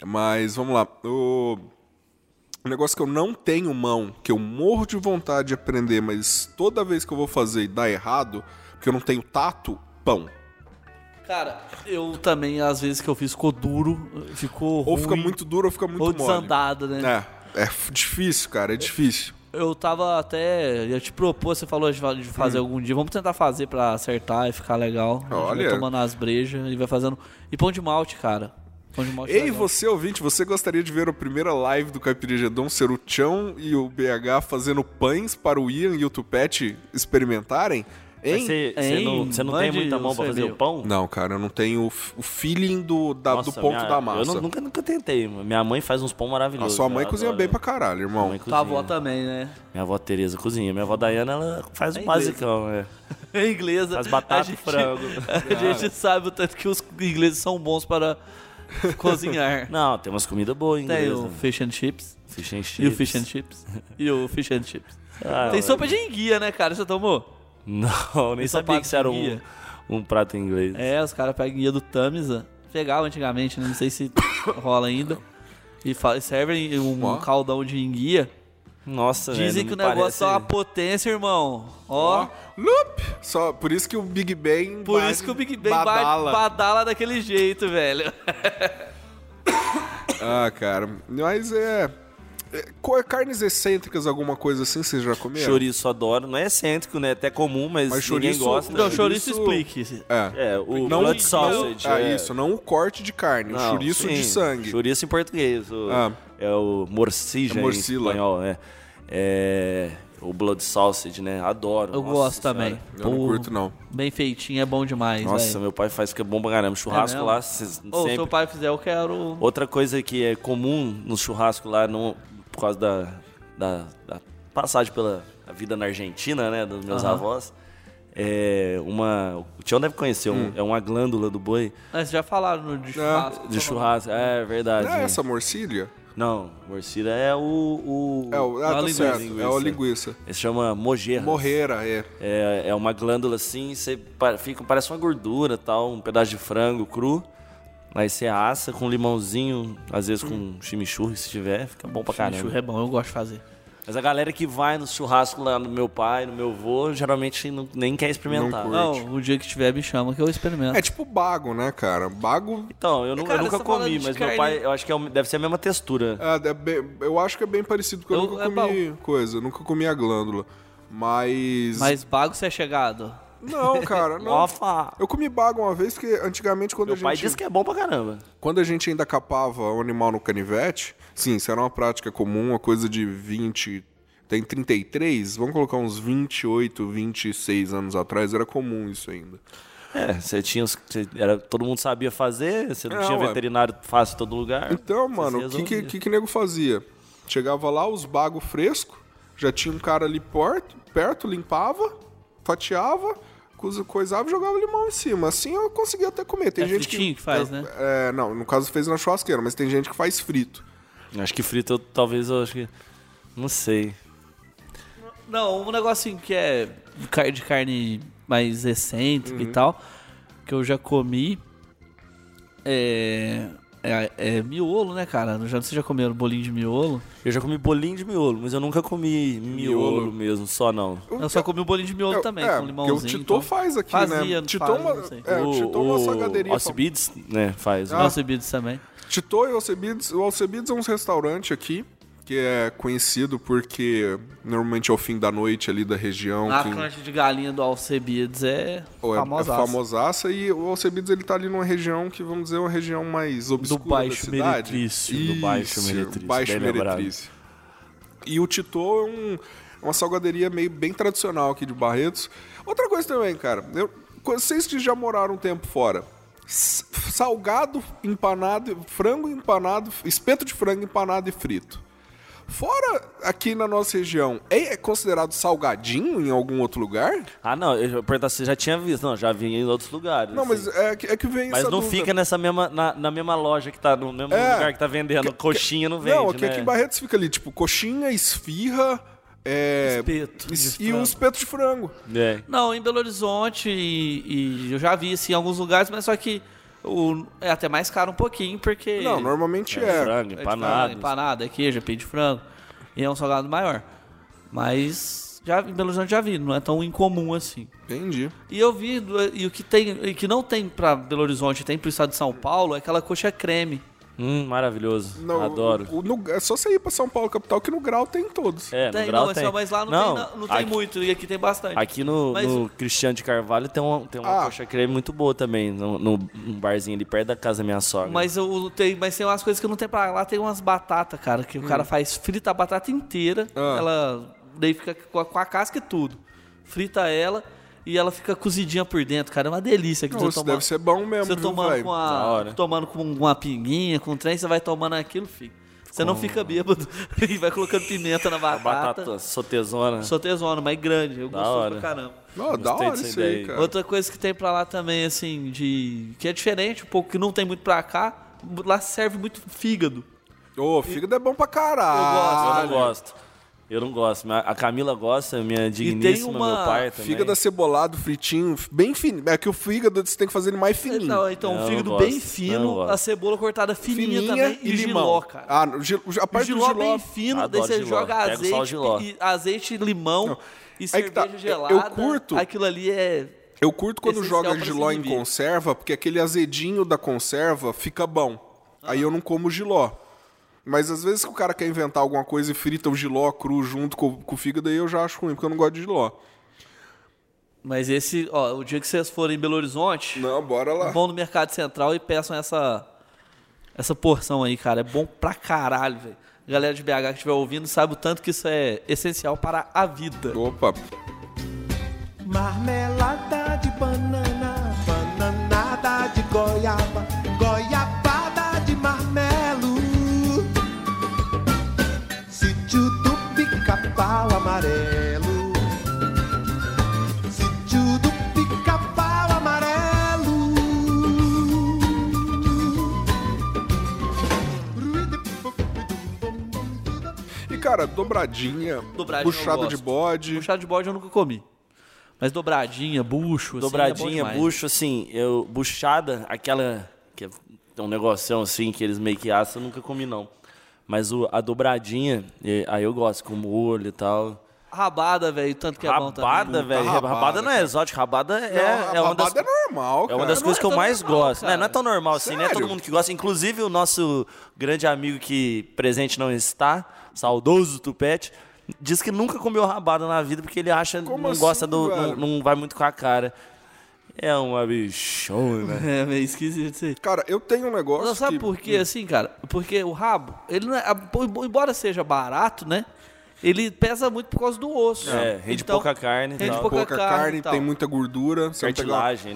S1: Mas vamos lá. O um negócio que eu não tenho mão, que eu morro de vontade de aprender, mas toda vez que eu vou fazer e dá errado, porque eu não tenho tato, pão.
S2: Cara, eu também, às vezes que eu fiz, ficou duro, ficou
S1: Ou
S2: ruim,
S1: fica muito duro ou fica muito
S2: ou
S1: mole.
S2: desandado, né?
S1: É, é f- difícil, cara, é difícil.
S2: Eu tava até. Eu te propôs, você falou de fa- de fazer
S1: Hum.
S2: algum dia. Vamos tentar fazer pra acertar e ficar legal. A gente
S1: Olha.
S2: Vai tomando as brejas e vai fazendo. E pão de malte, cara. Pão de malte. é
S1: Ei,
S2: legal.
S1: você ouvinte, você gostaria de ver a primeira live do Caipirigedon ser o Chão e o BH fazendo pães para o Ian e o Tupete experimentarem?
S3: mas
S1: Hein?
S3: você, você
S2: Hein? é
S3: não, você não tem
S2: Mande
S3: muita mão
S2: o
S3: pra
S2: seu
S3: fazer o
S2: e-mail.
S3: pão?
S1: Não, cara, eu não tenho o f- o feeling do, da- do
S3: Nossa,
S1: ponto
S3: minha-
S1: da massa.
S3: Eu não- nunca, nunca tentei. mas Minha mãe faz uns pão
S1: A
S3: maravilhosos.
S1: Ah, sua mãe
S3: eu
S1: cozinha
S3: adoro.
S1: bem pra caralho, irmão.
S3: Minha mãe
S2: Tua avó
S3: cozinha.
S2: também, né?
S3: Minha avó Tereza cozinha. Minha avó Daiana, ela faz o basicão, é.
S2: É inglesa.
S3: Faz batata
S2: A
S3: e frango.
S2: A gente sabe o tanto que os ingleses são bons para cozinhar.
S3: Não, tem umas comidas boas em
S2: Tem
S3: inglês.
S2: o
S3: né?
S2: fish and chips,
S3: Fish and chips.
S2: E o fish and chips. E o fish and chips.
S3: Ah,
S2: Tem sopa de enguia, né, cara? Você tomou?
S3: Não, nem
S2: Esse é o
S3: sabia que
S2: prato
S3: isso era
S2: de
S3: um,
S2: guia.
S3: um prato em inglês.
S2: É, os caras pegam guia do Tamisa. Pegava antigamente, né? não sei se rola ainda. E fa- servem um
S1: Ó.
S2: caldão de enguia.
S3: Nossa,
S2: Dizem
S3: velho,
S2: que o
S3: não me
S2: negócio é uma
S3: parece-
S2: potência, irmão. Ó,
S1: Loop! Só, por isso que o Big Bang.
S2: por
S1: bate-
S2: isso que o Big Bang badala.
S1: badala.
S2: badala daquele jeito, velho.
S1: Ah, cara. Mas é. é, co- Carnes excêntricas, alguma coisa assim, vocês já comeram?
S3: Chouriço adoro. Não é excêntrico, né? É até comum, mas,
S1: Mas
S3: ninguém
S1: chouriço-
S3: gosta. né?
S2: Não,
S1: Não,
S2: chouriço
S1: chouriço
S2: explique.
S1: É.
S3: É, o
S1: Não,
S3: blood
S1: não-
S3: sausage.
S1: ah,
S3: é.
S1: isso, não o corte de carne,
S3: Não,
S1: Um chouriço
S3: sim,
S1: de sangue.
S3: Chouriço em português. o-
S1: Ah.
S3: É o morcija
S1: É
S3: em
S1: morcila.
S3: espanhol, né? É, o blood sausage, né? Adoro.
S2: Eu
S3: Nossa
S2: gosto
S3: Senhora.
S2: também.
S1: Eu não
S2: Pô,
S1: curto, não.
S2: Bem feitinho, é bom demais,
S3: Nossa,
S2: velho.
S3: meu pai faz que é bom pra caramba. Churrasco
S2: mesmo?
S3: lá, cês-
S2: Ou se
S3: sempre.
S2: o pai fizer, eu quero...
S3: Outra coisa que é comum no churrasco lá, não, por causa da, da, da passagem pela a vida na Argentina, né? Dos meus avós. É uma. O Tião deve conhecer, um-
S2: Hum.
S3: é uma glândula do boi
S2: Mas já falaram no de churrasco.
S3: de churrasco. É verdade.
S1: Não é
S3: né?
S1: essa morcilha?
S3: Não, morcira é o. o
S1: É o. Ah,
S2: a
S1: tá
S2: linguiça.
S1: certo. É o linguiça.
S3: Ele se chama mojerra.
S1: Morreira, é.
S3: É, é uma glândula assim, você pa- fica, parece uma gordura, tal, um pedaço de frango cru. Aí você assa com limãozinho, às vezes com chimichurri se tiver, fica bom pra caramba.
S2: Churrasco é bom, eu gosto de fazer.
S3: Mas a galera que vai no churrasco lá no meu pai, no meu avô, geralmente não- nem quer experimentar.
S1: Não curte.
S2: Não, É, tipo, o dia que tiver, me chama que eu experimento.
S1: É tipo bago, né, cara? Bago.
S3: Então, eu, nu- eu
S2: Cara,
S3: nunca
S2: você tá falando
S3: comi,
S2: de
S3: mas
S2: carne.
S3: meu pai, eu acho que é o- deve ser a mesma textura.
S1: é, é bem- eu acho que é bem parecido, porque eu,
S2: Eu-
S1: nunca
S2: é
S1: comi coisa, nunca comi a glândula. Mas.
S2: Mas bago você é chegado.
S1: Não, cara, não.
S3: Ofa!
S1: Eu comi bago uma vez, porque antigamente quando
S3: Meu
S1: a
S3: pai
S1: gente.
S3: disse que é bom pra caramba.
S1: Quando a gente ainda capava o animal no canivete, sim, isso era uma prática comum, uma coisa de 20. Tem 33, vamos colocar uns 28, 26 anos atrás, era comum isso ainda.
S3: É, você tinha. os- Você, era, todo mundo sabia fazer, você não,
S1: Não,
S3: tinha
S1: ué.
S3: veterinário fácil em todo lugar.
S1: Então,
S3: você
S1: mano,
S3: se
S1: o que que,
S3: resolvia.
S1: que que nego fazia? Chegava lá, os bago fresco, já tinha um cara ali perto, perto limpava, fatiava, coisa- coisava e jogava limão em cima. Assim eu conseguia até comer. Tem
S2: É
S1: gente
S2: fritinho que faz, né?
S1: É, não, no caso fez na churrasqueira, mas tem gente que faz frito.
S3: Acho que frito, eu- talvez eu acho que. Não sei.
S2: Não, um negocinho que é car- de carne mais excêntrica
S1: Uhum.
S2: e tal, que eu já comi, é, é, é miolo, né, cara? Já, vocês já comeram bolinho de miolo?
S3: Eu já comi bolinho de miolo, mas eu nunca comi miolo,
S1: Miolo.
S3: mesmo, só não.
S2: Eu só comi o bolinho de miolo
S1: Eu-
S2: também,
S1: é,
S2: com
S1: porque
S2: limãozinho.
S1: O Titô
S2: então.
S1: faz aqui,
S2: Fazia,
S1: né?
S2: não
S1: Titô,
S2: faz,
S1: uma,
S2: não sei.
S1: é, o Titô é uma Ah. sagaderia.
S3: Alcibiades, né, faz. né?
S2: Nossa, bebidas também.
S1: Titô e Alcebides. O Alcebides é um restaurante aqui que é conhecido porque normalmente é o fim da noite ali da região.
S2: A
S1: quem-
S2: cancha de galinha do Alcebiades é
S1: Ou Um é,
S2: famosa.
S1: é famosaça e o Alcebides ele tá ali numa região que vamos dizer é uma região mais obscura
S3: Baixo
S1: da cidade.
S3: Meretrício, do Baixo Meretrício,
S1: Baixo
S3: bem lembrado.
S1: Meretrício. E o Titô é um- uma salgaderia meio bem tradicional aqui de Barretos. Outra coisa também, cara, eu, vocês que já moraram um tempo fora, s- salgado empanado, frango empanado, espeto de frango empanado e frito. Fora aqui na nossa região, é é considerado salgadinho em algum outro lugar?
S3: Ah, não, eu ia perguntar se você já tinha visto. Não, já vi em outros lugares.
S1: Não, mas
S3: assim.
S1: é, que- é que vem
S3: Mas
S1: essa
S3: não
S1: dúvida.
S3: fica nessa mesma, na, na mesma loja que tá, no mesmo
S1: É.
S3: lugar que tá vendendo. Coxinha não vende,
S1: Não, aqui,
S3: né?
S1: aqui em Barretos fica ali, tipo, coxinha, esfirra, é,
S2: Espeto de
S1: es- e
S2: frango.
S1: um espeto de frango.
S3: É.
S2: Não, em Belo Horizonte e, e eu já vi assim em alguns lugares, mas só que o, é até mais caro um pouquinho, porque.
S1: Não, normalmente é.
S3: Frango,
S2: É de
S3: empanado.
S2: frango, empanado, é queijo, é peito de frango. E é um salgado maior. Mas já, em Belo Horizonte já vi, não é tão incomum assim.
S1: Entendi.
S2: E eu vi, do- e o que tem, e que não tem pra Belo Horizonte, tem pro estado de São Paulo, é aquela coxa creme.
S3: Hum, maravilhoso.
S1: Não,
S3: Adoro.
S1: o- o- no- é só você ir pra São Paulo, capital, que no grau tem todos.
S3: É, no
S2: tem,
S3: grau
S2: não,
S3: tem.
S2: só- mas lá não, tem, na- não tem
S3: aqui-
S2: muito, e aqui tem bastante.
S3: Aqui no,
S2: Mas
S3: no Cristiano de Carvalho tem uma, tem uma
S1: Ah.
S3: coxa creme muito boa também, no, no- num barzinho ali perto da casa da minha sogra.
S2: Mas, eu, tem, mas tem umas coisas que não tem pra lá. Tem umas batatas, cara, que o cara faz frita a batata inteira.
S1: Ah.
S2: Ela daí fica com a, com a casca e tudo. Frita ela e ela fica cozidinha por dentro, cara. É uma delícia que
S1: Não,
S2: você
S1: isso
S2: toma.
S1: deve ser bom mesmo,
S2: Você
S1: viu,
S2: tomando
S1: velho?
S2: com,
S3: Da
S2: a,
S3: hora.
S2: tomando com uma pinguinha, com um trem, você vai tomando aquilo, filho. Você não fica bêbado e vai colocando pimenta na
S3: a batata
S2: batata.
S3: sotezona.
S2: Sou tesona, mas é grande. Eu
S3: Da
S2: gosto pra
S3: hora.
S2: caramba.
S1: Não, da
S3: Gostei
S1: hora
S3: dessa
S1: isso aí,
S3: ideia.
S1: cara.
S2: Outra coisa que tem pra lá também, assim, de. que é diferente, um pouco que não tem muito pra cá, lá serve muito fígado.
S1: Ô, fígado é bom pra
S2: Eu
S1: caralho.
S3: Eu não gosto. Eu não gosto, mas a Camila gosta, minha digníssima,
S2: uma
S3: meu pai também.
S1: Fígado acebolado, fritinho, bem fininho. É que o fígado você tem que fazer ele mais fininho.
S2: Não, então,
S3: Não,
S2: fígado
S3: não
S2: bem
S3: gosto. Não
S2: fino,
S3: gosto.
S2: a cebola cortada fininha,
S1: Fininha
S2: também
S1: e,
S2: e,
S1: limão.
S2: giló, cara.
S1: Ah, no gil- a
S2: O
S1: parte
S2: giló, é
S1: do giló... é
S2: bem fino,
S3: Adoro
S2: daí você
S3: giló.
S2: joga
S3: Pego só o
S2: azeite,
S3: giló.
S2: e- azeite, limão e
S1: Aí que
S2: cerveja
S1: tá. Eu-
S2: gelada.
S1: eu curto-
S2: Aquilo ali é...
S1: Eu curto quando
S2: Essencial
S1: joga
S2: pra
S1: giló
S2: se
S1: em
S2: viver.
S1: conserva, porque aquele azedinho da conserva fica bom. Aí eu não como giló. Mas às vezes que o cara quer inventar alguma coisa e frita o giló cru junto com, com o fígado, aí eu já acho ruim, porque eu não gosto de giló.
S2: Mas esse, ó, o dia que vocês forem em Belo Horizonte,
S1: Não, bora lá.
S2: vão no Mercado Central e peçam essa essa porção aí, cara. É bom pra caralho, velho. Galera de BH que estiver ouvindo sabe o tanto que isso é essencial para a vida.
S1: Opa,
S8: Marmelada de banana, bananada de goiaba, goiabada de marmelo. Sítio do pica-pau amarelo. Sítio do pica-pau amarelo.
S1: E, cara, dobradinha,
S2: Dobradinha eu
S1: puxada
S2: gosto.
S1: de bode.
S2: Puxado de bode eu nunca comi. Mas dobradinha, bucho, assim, é bom
S3: Dobradinha,
S2: demais.
S3: bucho, assim, eu, buchada, aquela que é um negocião assim, que eles meio que assam, eu nunca comi, não. Mas o- a dobradinha, e- aí eu gosto, com molho e tal.
S2: Rabada, velho, tanto que é bom também.
S3: rabada, velho.
S1: rabada,
S3: Rabada, não é exótica, rabada é,
S1: Não,
S3: é
S1: a
S3: uma das,
S1: babada é normal,
S3: é
S1: cara.
S3: uma das
S2: Não
S3: coisas
S2: é
S3: que eu
S2: tão
S3: mais
S2: normal,
S3: gosto. Né? Não é tão normal assim, né?
S1: Sério?
S3: Todo mundo que gosta. Inclusive o nosso grande amigo que presente não está, saudoso Tupete, diz que nunca comeu rabada na vida porque ele acha,
S1: Como
S3: não
S1: assim,
S3: gosta do. Não,
S1: velho?
S3: não vai muito com a cara. É uma bichona.
S2: É meio esquisito isso aí.
S1: Cara, eu tenho um negócio
S2: Mas sabe
S1: que...
S2: por quê, assim, cara? Porque o rabo, ele não é, a- embora seja barato, né? Ele pesa muito por causa do osso.
S3: É, rende
S2: Então,
S3: pouca carne. e
S2: rende
S3: tal.
S2: pouca
S1: Pouca
S2: carne e
S1: carne,
S2: tal.
S1: tem muita gordura. você não
S3: Cartilagem,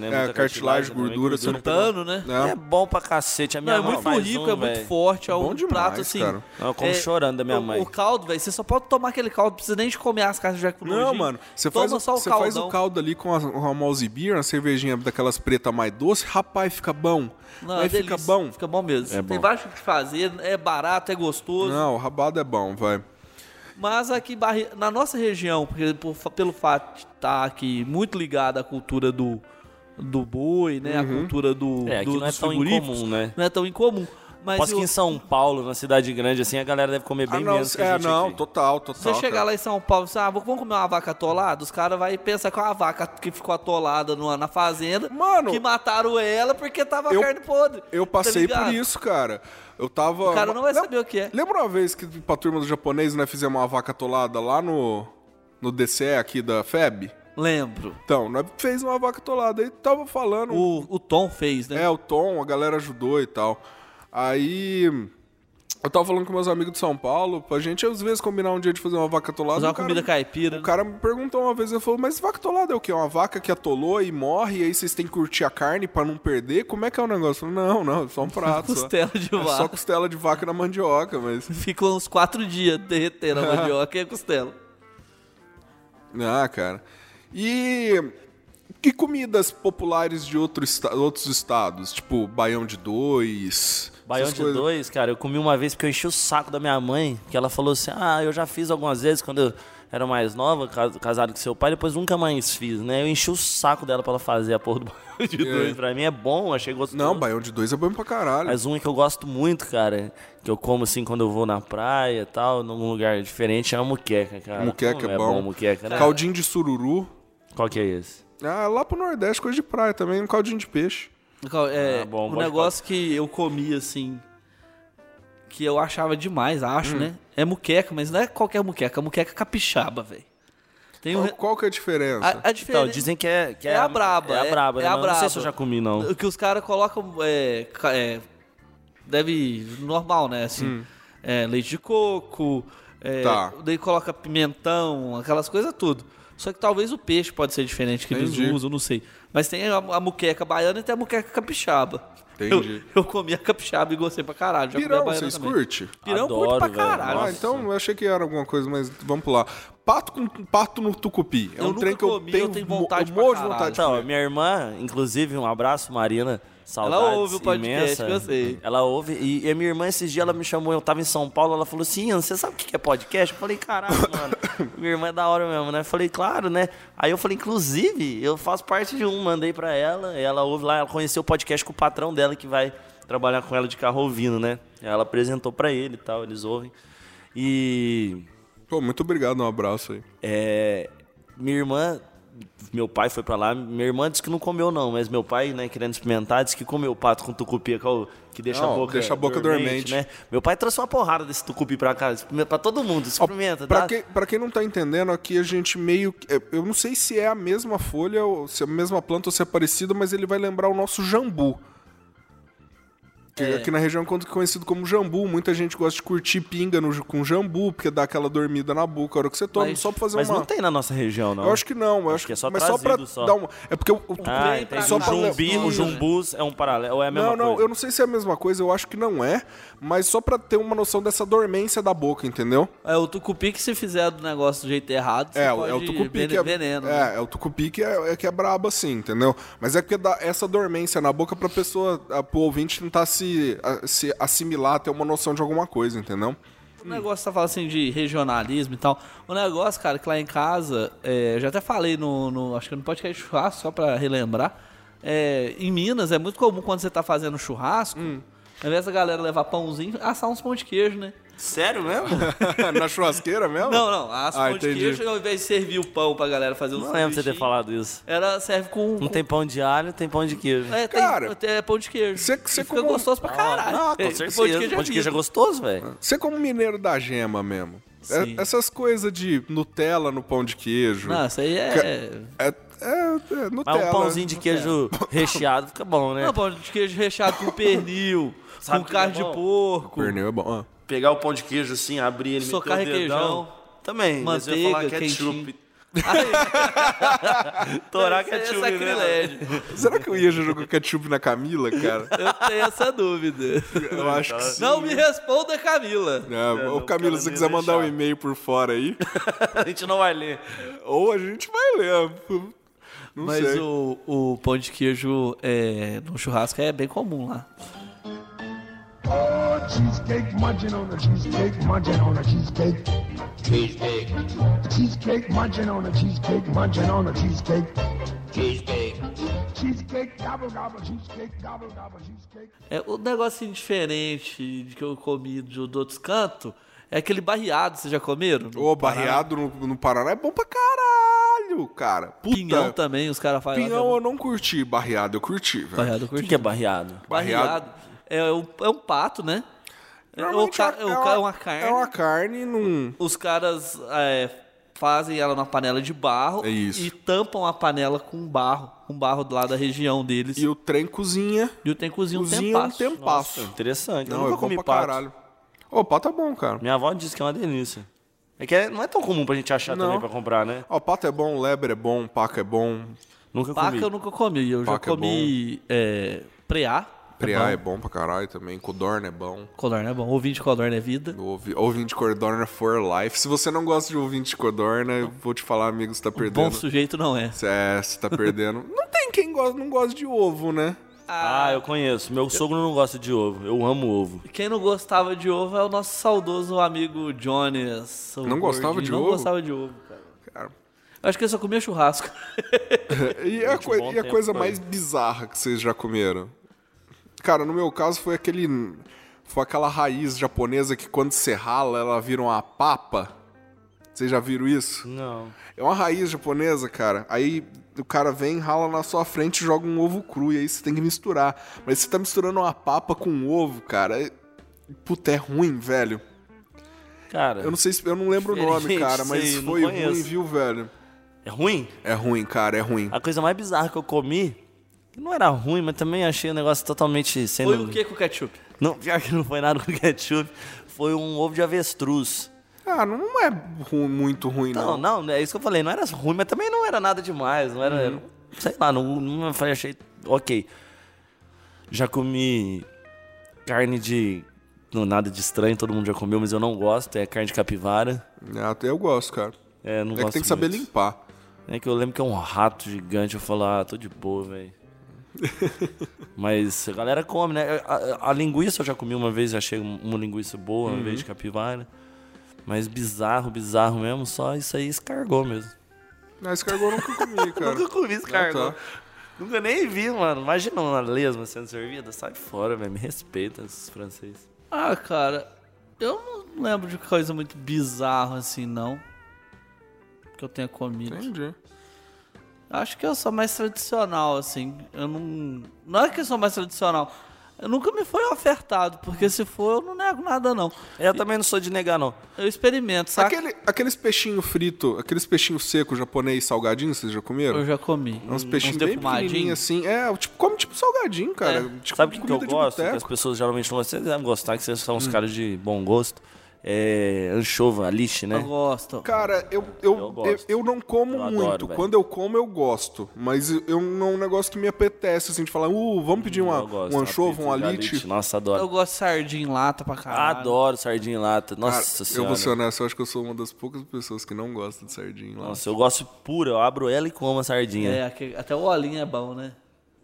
S1: pega-
S3: né? Muita
S1: É, cartilagem,
S3: cartilagem
S1: gordura. Você
S3: também,
S1: não pega...
S2: Tano, né?
S3: É bom pra cacete. A minha
S2: Não, é
S3: mãe
S2: muito
S3: faz
S2: rico,
S3: um,
S2: é muito
S3: véi.
S2: forte, é
S1: Bom
S2: um
S1: demais,
S2: prato assim.
S1: cara.
S3: Eu como
S2: é,
S3: chorando da minha
S2: o-
S3: mãe.
S2: O caldo, velho, você só pode tomar aquele caldo, não precisa nem de comer as caixas de jack
S1: Não, mano, você, faz o,
S2: só o
S1: você
S2: caldão.
S1: faz o caldo ali com a, uma mouse beer, uma cervejinha daquelas preta mais doce, rapaz, fica bom.
S2: Não,
S1: Aí
S2: é
S1: fica
S2: delícia,
S1: bom.
S2: Fica bom mesmo.
S3: É
S2: Tem
S3: bom.
S2: vários tipos de fazer, é barato, é gostoso.
S1: Não, o rabado é bom, vai.
S2: Mas aqui em Barre- na nossa região, porque por fa- pelo fato de estar aqui muito ligada à cultura do, do boi, né? A cultura do,
S3: É, aqui
S2: do-
S3: não é
S2: dos
S3: tão
S2: frigoríficos,
S3: incomum, né?
S2: Não é tão incomum. Mas
S3: Posso que
S2: eu-
S3: em São Paulo, na cidade grande, assim, a galera deve comer bem
S1: ah, não,
S3: menos que a
S1: é,
S3: gente
S1: não,
S3: aqui.
S1: total, total.
S2: se você chegar
S1: cara.
S2: lá em São Paulo e ah, vou- vamos comer uma vaca atolada, os caras vão pensar que é uma vaca que ficou atolada numa- na fazenda,
S1: Mano,
S2: que mataram ela porque tava
S1: eu-
S2: a carne podre.
S1: Eu
S2: tá
S1: passei por
S2: ligado?
S1: isso, cara. Eu tava.
S2: O cara não vai
S1: Lem-
S2: saber o que é.
S1: Lembra uma vez que pra turma do japonês nós fizemos uma vaca atolada lá no. no DCE aqui da FEB?
S2: Lembro.
S1: Então, nós fez uma vaca atolada aí, tava falando.
S2: O, o Tom fez, né?
S1: É, o Tom, a galera ajudou e tal. Aí. Eu tava falando com meus amigos de São Paulo, pra gente às vezes combinar um dia de fazer uma vaca atolada.
S2: Fazer
S1: o
S2: uma comida caipira. né?
S1: O cara me perguntou uma vez, ele falou, mas vaca atolada é o quê? Uma vaca que atolou e morre, e aí vocês têm que curtir a carne pra não perder? Como é que é o negócio? Eu falei, não, não, é só um prato. só."
S2: Costela de
S1: É
S2: vaca.
S1: só costela de vaca na mandioca, mas.
S2: Ficou uns quatro dias derretendo a mandioca e a costela.
S1: Ah, cara. E. Que comidas populares de outro esta- outros estados? Tipo, baião de dois.
S3: Baião
S1: essas
S3: de
S1: coisas.
S3: dois, cara, eu comi uma vez porque eu enchi o saco da minha mãe, que ela falou assim: Ah, eu já fiz algumas vezes quando eu era mais nova, cas- casado com seu pai, depois nunca mais fiz, né? Eu enchi o saco dela pra ela fazer a porra do baião de dois. Pra mim é bom, achei gostoso.
S1: Não, baião de dois é bom pra caralho.
S3: Mas uma que eu gosto muito, cara, que eu como assim quando eu vou na praia e tal, num lugar diferente, é a muqueca, cara.
S1: Muqueca
S3: Como
S1: é
S3: é
S1: bom.
S3: bom muqueca, né?
S1: Caldinho de sururu.
S3: Qual que é esse?
S1: Ah, lá pro Nordeste, coisa de praia também, um caldinho de peixe.
S2: Cal- É,
S3: Ah, bom,
S2: um
S3: pode
S2: negócio que eu comi assim. Que eu achava demais, acho,
S1: Hum.
S2: né? É muqueca, mas não é qualquer muqueca, é muqueca capixaba, velho. Tem um. Ah,
S1: Qual, qual que é a diferença?
S2: A, a
S3: Então,
S2: diferença.
S3: dizem que é que
S2: é a braba,
S3: É a
S2: é-
S3: braba,
S2: é
S3: né?
S2: a
S3: Mas eu Não sei
S2: braba.
S3: se eu já comi, não.
S2: é que os caras colocam. É, ca- é, deve. normal, né? Assim. é, leite de coco. é,
S1: Hum. Tá.
S2: Daí coloca pimentão, aquelas coisas tudo. Só que talvez o peixe pode ser diferente que
S1: Entendi.
S2: eles usam, não sei. Mas tem a, a muqueca baiana e tem a muqueca capixaba.
S1: Entendi.
S2: Eu, eu comi a capixaba e gostei pra caralho. Já comi
S1: Pirão,
S2: a baiana
S1: vocês
S2: também.
S1: curte?
S2: Pirão eu curto
S3: Adoro,
S2: pra
S3: velho.
S2: caralho.
S1: Ah,
S3: Nossa.
S1: então eu achei que era alguma coisa, mas vamos pular. Pato com pato no tucupi. É
S2: Eu
S1: um
S2: nunca
S1: trem que eu
S2: comi,
S1: tenho,
S2: eu tenho
S1: mo-
S2: vontade
S1: eu
S3: Tá,
S2: pra
S1: morro de
S2: caralho.
S1: vontade de
S3: Então,
S1: comer.
S3: minha irmã, inclusive, um abraço, Marina. Saudades
S2: ouve o podcast
S3: imensa.
S2: que eu sei.
S3: Ela ouve. E, e a minha irmã, esses dias, ela me chamou. Eu tava em São Paulo. Ela falou assim: Ian, você sabe o que que é podcast? Eu falei: Caralho, mano. minha irmã é da hora mesmo, né? Eu falei: Claro, né? Aí eu falei: Inclusive, eu faço parte de um. Mandei pra ela. Ela ouve lá. Ela conheceu o podcast com o patrão dela, que vai trabalhar com ela de carro ouvindo, né? Ela apresentou pra ele e tal. Eles ouvem. E.
S1: Pô, muito obrigado, um abraço aí.
S3: É, minha irmã, meu pai foi pra lá. Minha irmã disse que não comeu, não, mas meu pai, né, querendo experimentar, disse que comeu pato com tucupi, que, é o- que deixa,
S1: Não,
S3: a boca
S1: deixa a boca dormente.
S3: né? Meu pai trouxe uma porrada desse tucupi pra cá, experimenta- pra todo mundo, experimenta,
S1: Pra
S3: tá?
S1: quem, pra quem não tá entendendo, aqui a gente meio. que- é, Eu não sei se é a mesma folha, ou se é a mesma planta ou se é parecida, mas ele vai lembrar o nosso jambu. Que aqui na região é conhecido como jambu. Muita gente gosta de curtir pinga no, com jambu, porque dá aquela dormida na boca a hora que você toma, só pra fazer
S3: Mas
S1: uma.
S3: não tem na nossa região, não.
S1: Eu acho que não, eu acho,
S3: que é só
S1: mas só pra
S3: trazido, só.
S1: dar uma. É porque o. o-
S3: Ah, entendi.
S1: só
S3: o
S1: pra-
S3: jumbi, o jumbus é um paralelo, ou é a mesma
S1: Não, não,
S3: coisa?
S1: eu não sei se é a mesma coisa, eu acho que não é, mas só pra ter uma noção dessa dormência da boca, entendeu?
S2: É o tucupi que se fizer do negócio do jeito errado, você
S1: É,
S2: pode
S1: é o tucupi
S2: vene-
S1: que é,
S2: veneno. né?
S1: é, é o tucupi que é, é que é brabo assim, entendeu? Mas é porque dá essa dormência na boca pra pessoa, a, pro ouvinte tentar se, a- se assimilar, ter uma noção de alguma coisa, entendeu?
S2: O negócio tá falando assim de regionalismo e tal. O negócio, cara, que lá em casa, é, eu já até falei no, no- Acho que no podcast de churrasco, só pra relembrar. é, em Minas é muito comum quando você tá fazendo churrasco, ao invés da galera levar pãozinho, assar uns pão de queijo, né?
S3: Sério mesmo?
S1: na churrasqueira mesmo?
S2: Não, não, assa
S1: Ah,
S2: pão de
S1: entendi.
S2: queijo ao invés de servir o pão pra galera fazer um
S3: não lembro de você ter
S2: sanduichinho,
S3: falado isso.
S2: Ela serve com.
S3: Não
S2: com-
S3: tem pão de alho, tem pão de queijo.
S2: É, tem,
S1: Cara,
S2: tem pão de queijo.
S1: você- você
S2: E fica
S1: como-
S2: gostoso pra caralho.
S3: Ah,
S2: É,
S3: com certeza.
S2: Pão de queijo é vida.
S3: gostoso, velho.
S1: Você é como mineiro da gema mesmo. É-
S2: Sim.
S1: essas coisas de Nutella no pão de queijo.
S2: Não, isso aí é.
S1: É, é, é
S3: Mas
S1: Nutella.
S3: um pãozinho de queijo recheado fica bom, né?
S1: É.
S2: Não, pão de queijo recheado com pernil,
S3: Sabe
S2: com
S3: o que
S2: carne
S3: é
S2: de
S3: bom?
S2: porco.
S1: Pernil é bom. ah.
S3: pegar o pão de queijo assim, abrir ele,
S2: Socar
S3: meter o
S2: requeijão.
S3: dedão. Também, mas eu ia falar é
S2: Manteiga,
S3: ketchup.
S2: quentinho.
S3: Torar
S2: Isso aí é
S3: ketchup, né?
S2: sacrilégio.
S1: Será que eu ia jogar ketchup na Camila, cara?
S2: Eu tenho essa dúvida.
S1: Eu acho que sim.
S2: Não me responda, Camila.
S1: É, ô, Camila, se
S3: cara não
S1: você
S3: ia
S1: quiser mandar um
S3: deixar.
S1: e-mail por fora aí,
S3: A gente não vai ler.
S1: ou a gente vai ler. Não
S2: Mas
S1: sei.
S2: o, o pão de queijo é, no churrasco é bem comum lá.
S4: Oh, cheesecake munching on a cheesecake munching on a cheesecake. Cheesecake. Cheesecake munching on a cheesecake munching on a cheesecake. Cheesecake. Cheesecake gobble gobble cheesecake gobble gobble cheesecake.
S2: É, o negócio assim, diferente de que eu comi de, de outros cantos é aquele barreado, vocês já comeram?
S1: Ô, barreado no, no Paraná é bom pra caralho, cara. Puta.
S2: Pinhão também, os caras fazem. lá
S1: Pinhão eu
S2: também.
S1: não curti, barreado eu curti, velho.
S2: Barreado eu
S3: O que,
S2: curti.
S3: que é barreado?
S2: Barreado. É um, é um pato, né? É, ou
S1: Normalmente
S2: ca-
S1: é
S2: ou ca- é uma carne.
S1: É uma carne num...
S2: Os caras é, fazem ela numa panela de barro
S1: É isso.
S2: e tampam a panela com um barro, com barro lá da região deles.
S1: E o trem cozinha.
S2: E o tem cozinha um
S1: Cozinha um
S2: tempasso.
S1: tempasso.
S3: Interessante. eu
S1: Não,
S3: nunca
S1: é bom
S3: comi
S1: pra
S3: pato.
S1: caralho. Ô, pato é bom, cara.
S3: Minha avó disse que é uma delícia. É que é- não é tão comum pra gente achar
S1: Não.
S3: também pra comprar, né?
S1: Ó, pato é bom, lebre é bom, paca é bom,
S3: Nunca
S2: Paca
S3: comi.
S2: eu nunca comi. Eu
S1: Paca
S2: já
S1: é
S2: comi é, preá.
S1: preá
S2: é
S1: é
S2: bom.
S1: bom pra caralho também, codorna é bom.
S2: Codorna é bom. Ouvinte de codorna é vida.
S1: Ouvi- Ouvinte Codorna for life. Se você não gosta de ouvinte Codorna, eu vou te falar, amigo, você tá
S2: Bom
S1: perdendo.
S2: sujeito não é.
S1: Cê- É, você tá perdendo. não tem quem gosta, não gosta de ovo, né?
S3: Ah, eu conheço. Meu sogro não gosta de ovo. Eu amo ovo.
S2: Ah, Quem não gostava de ovo é o nosso saudoso amigo Jones. o
S1: Não gostava
S2: gordinho.
S1: de
S2: não
S1: ovo?
S2: gostava de ovo, cara.
S1: Cara.
S2: Eu acho que ele só comia churrasco.
S1: E a, coi-
S3: bom
S1: e a
S3: tempo
S1: coisa
S3: pra
S1: mais bizarra que vocês já comeram? Cara, no meu caso foi aquele. Foi aquela raiz japonesa que quando você rala ela vira uma papa. Vocês já viram isso?
S3: Não.
S1: É uma raiz japonesa, cara. Aí o cara vem, rala na sua frente e joga um ovo cru. E aí você tem que misturar. Mas você tá misturando uma papa com um ovo, cara. é- Puta, é ruim, velho.
S3: Cara,
S1: Eu não sei se. Eu não lembro o nome,
S3: Diferente,
S1: cara, mas
S3: sei, não
S1: foi ruim,
S3: conheço.
S1: viu, velho?
S3: é ruim?
S1: É ruim, cara, é ruim.
S3: A coisa mais bizarra que eu comi, que não era ruim, mas também achei o negócio totalmente sem
S2: Foi o
S3: nome.
S2: que com ketchup?
S3: Não, pior que não foi nada com ketchup. Foi um ovo de avestruz.
S1: Ah, não é ru- muito ruim,
S3: Não,
S1: não. Uhum.
S3: não, é isso que eu falei. Não era ruim, mas também não era nada demais. Não era. era- sei lá, não, não foi- achei. Ok. Já comi carne de. Não, nada de estranho, todo mundo já comeu, mas eu não gosto. É carne de capivara.
S1: Ah, Até eu gosto, cara.
S3: É, não
S1: é que
S3: gosto
S1: tem que saber
S3: muito.
S1: limpar.
S3: É que eu lembro que é um rato gigante. Eu falo, ah, tô de boa, velho. Mas a galera come, né? A, a- a linguiça eu já comi uma vez, achei um- uma linguiça boa, uma
S1: Uhum.
S3: vez de capivara. Mas bizarro, bizarro mesmo, só isso aí escargou mesmo.
S1: Ah, escargot eu nunca comi, cara.
S3: Nunca comi escargot.
S1: Ah, tá.
S3: Nunca nem vi, mano. Imagina uma lesma sendo servida. Sai fora, velho. Me respeita esses franceses.
S2: Ah, cara, eu não lembro de coisa muito bizarra assim, não. Que eu tenha comido.
S1: Entendi.
S2: Acho que eu sou mais tradicional, assim. Eu não. Não é que eu sou mais tradicional. Eu nunca me foi ofertado, porque se for, eu não nego nada, não.
S3: É, Eu também não sou de negar, não.
S2: Eu experimento,
S3: Tá.
S2: saca?
S1: Aquele, aqueles peixinhos frito, aqueles peixinhos seco japonês salgadinhos, vocês já comeram?
S2: Eu já comi.
S1: É Uns peixinhos
S2: Uns
S1: bem
S2: defumadinhos.
S1: pequenininhos assim. É, tipo, come tipo salgadinho, cara. Tipo,
S3: É. Sabe o que, que eu
S1: comida de
S3: gosto? Que as
S1: boteco. Hum.
S3: pessoas geralmente não gostam. Vocês devem gostar, que vocês são uns caras de bom gosto. É anchova, alixe, né?
S2: Eu gosto.
S1: Cara, eu, eu,
S3: Eu
S1: eu,
S3: gosto.
S1: eu não como
S3: Eu
S1: muito.
S3: adoro, velho.
S1: Quando eu como, eu gosto. Mas eu não é um negócio que me apetece, assim, de falar, uh, vamos pedir uma,
S3: Hum, Eu gosto.
S1: um anchovo, um
S3: Apito de
S1: alite.
S3: Nossa,
S2: Eu
S3: adoro.
S2: gosto de sardinha em lata pra caralho.
S3: Adoro sardinha em lata. Nossa
S1: Cara, eu
S3: senhora.
S1: vou ser honesto, eu acho que eu sou uma das poucas pessoas que não gosta de sardinha lá.
S3: Nossa, eu gosto pura. Eu abro ela e como a sardinha.
S2: É, aquele- até o olhinho é bom, né?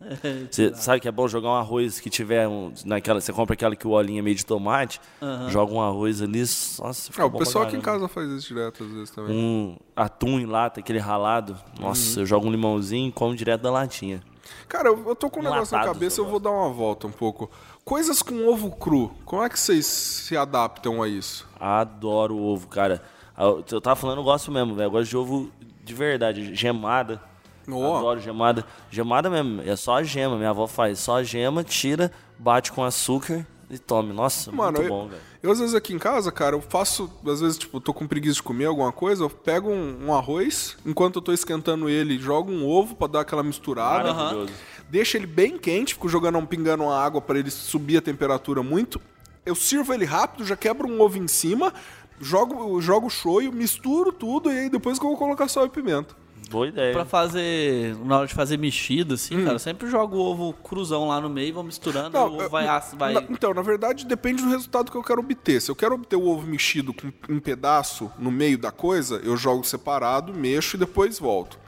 S3: Você sabe que é bom jogar um arroz que tiver um, naquela. Você compra aquela que o olhinho é meio de tomate, joga um arroz ali, nossa, fica
S1: Ah, o
S3: bom
S1: pessoal
S3: pra
S1: aqui em
S3: caramba.
S1: casa faz isso direto às vezes também.
S3: Um atum em lata, aquele ralado.
S1: Uhum.
S3: Nossa, eu jogo um limãozinho e como direto da latinha.
S1: Cara, eu, eu tô com um negócio na
S3: Enlatado,
S1: cabeça,
S3: eu
S1: eu vou dar uma volta um pouco. Coisas com ovo cru, como é que vocês se adaptam a isso?
S3: Adoro ovo, cara. Ah, Eu tava falando, eu gosto mesmo, velho. Eu gosto de ovo de verdade, gemada.
S1: Ó.
S3: Adoro gemada. Gemada mesmo, é só a gema. Minha avó faz só a gema, tira, bate com açúcar e tome. Nossa,
S1: Mano,
S3: muito
S1: eu,
S3: bom, velho.
S1: eu às vezes aqui em casa, cara, eu faço, às vezes, tipo, eu tô com preguiça de comer alguma coisa, eu pego um, um arroz, enquanto eu tô esquentando ele, jogo um ovo pra dar aquela misturada,
S3: Maravilhoso.
S1: deixo ele bem quente, fico jogando, um- pingando uma água pra ele subir a temperatura muito, eu sirvo ele rápido, já quebro um ovo em cima, jogo jogo o shoyu, misturo tudo e aí depois que eu vou colocar sal e pimenta.
S3: Boa ideia.
S2: Pra fazer. Na hora de fazer mexida, assim, cara, eu sempre jogo o ovo cruzão lá no meio, vou misturando,
S1: Hum. Não,
S2: o ovo
S1: eu-
S2: vai. ass- vai...
S1: Na- então, na verdade, depende do resultado que eu quero obter. Se eu quero obter o ovo mexido com um pedaço no meio da coisa, eu jogo separado, mexo e depois volto.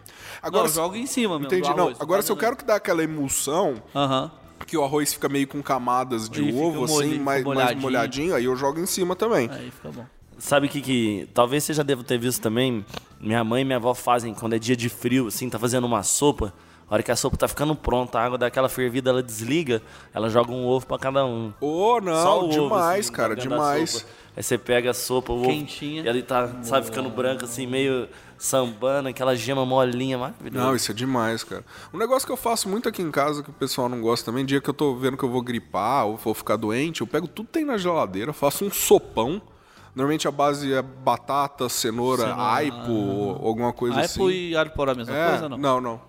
S1: Agora,
S2: não,
S1: se-
S2: joga em cima mesmo. do
S1: entendi, não.
S2: arroz,
S1: Agora,
S2: tá
S1: se eu quero
S2: vendo?
S1: que dá aquela emulsão,
S2: Aham.
S1: que o arroz fica meio com camadas de
S2: Aí fica
S1: ovo,
S2: molho-
S1: assim, mais mais molhadinho.
S2: molhadinho. É.
S1: aí eu jogo em cima também.
S2: Aí fica bom.
S1: assim.
S3: Sabe o que que... Talvez você já deva ter visto também. Minha mãe e minha avó fazem quando é dia de frio, assim, tá fazendo uma sopa. A hora que a sopa tá ficando pronta, a água dá aquela fervida, ela desliga, ela joga um ovo pra cada um.
S1: Ô, não,
S3: Só o ovo,
S1: demais,
S3: assim,
S1: cara,
S3: dentro da
S1: demais.
S3: sopa. Aí você pega a sopa, o ovo,
S2: Quentinha.
S3: E ele tá, sabe, ficando branco, assim, meio sambando, aquela gema molinha, maravilhosa.
S1: Não, isso é demais, cara. Um negócio que eu faço muito aqui em casa, que o pessoal não gosta também, dia que eu tô vendo que eu vou gripar ou vou ficar doente, eu pego tudo que tem na geladeira, faço um sopão. Normalmente a base é batata, cenoura, aipo, ou alguma coisa assim.
S2: Aipo e alho poró é a mesma
S1: É,
S2: coisa ou não?
S1: Não, não.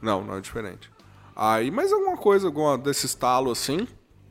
S1: Não, não é diferente. Aí, mais alguma coisa, alguma desse estalo assim.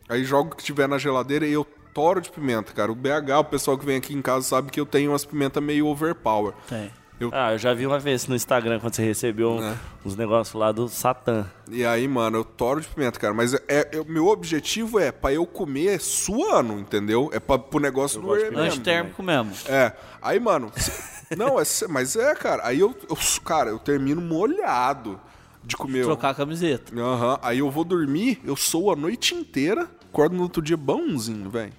S1: Aí jogo o que tiver na geladeira e eu toro de pimenta, cara. O BH, o pessoal que vem aqui em casa sabe que eu tenho umas pimentas meio overpower.
S2: Tem.
S3: Ah, eu já vi uma vez no Instagram, quando você recebeu um-
S1: É.
S3: uns negócios lá do Satã.
S1: E aí, mano, eu toro de pimenta, cara. Mas é, é- meu objetivo é pra eu comer suando, entendeu? É pra, pro negócio do
S3: de pimenta.
S2: Lanche térmico mesmo.
S1: É. Aí, mano. se- não, é, se- mas é, cara. Aí eu, eu. Cara, eu termino molhado de comer.
S2: Trocar a camiseta.
S1: Aham. Aí eu vou dormir, eu sou a noite inteira, acordo no outro dia bonzinho, velho.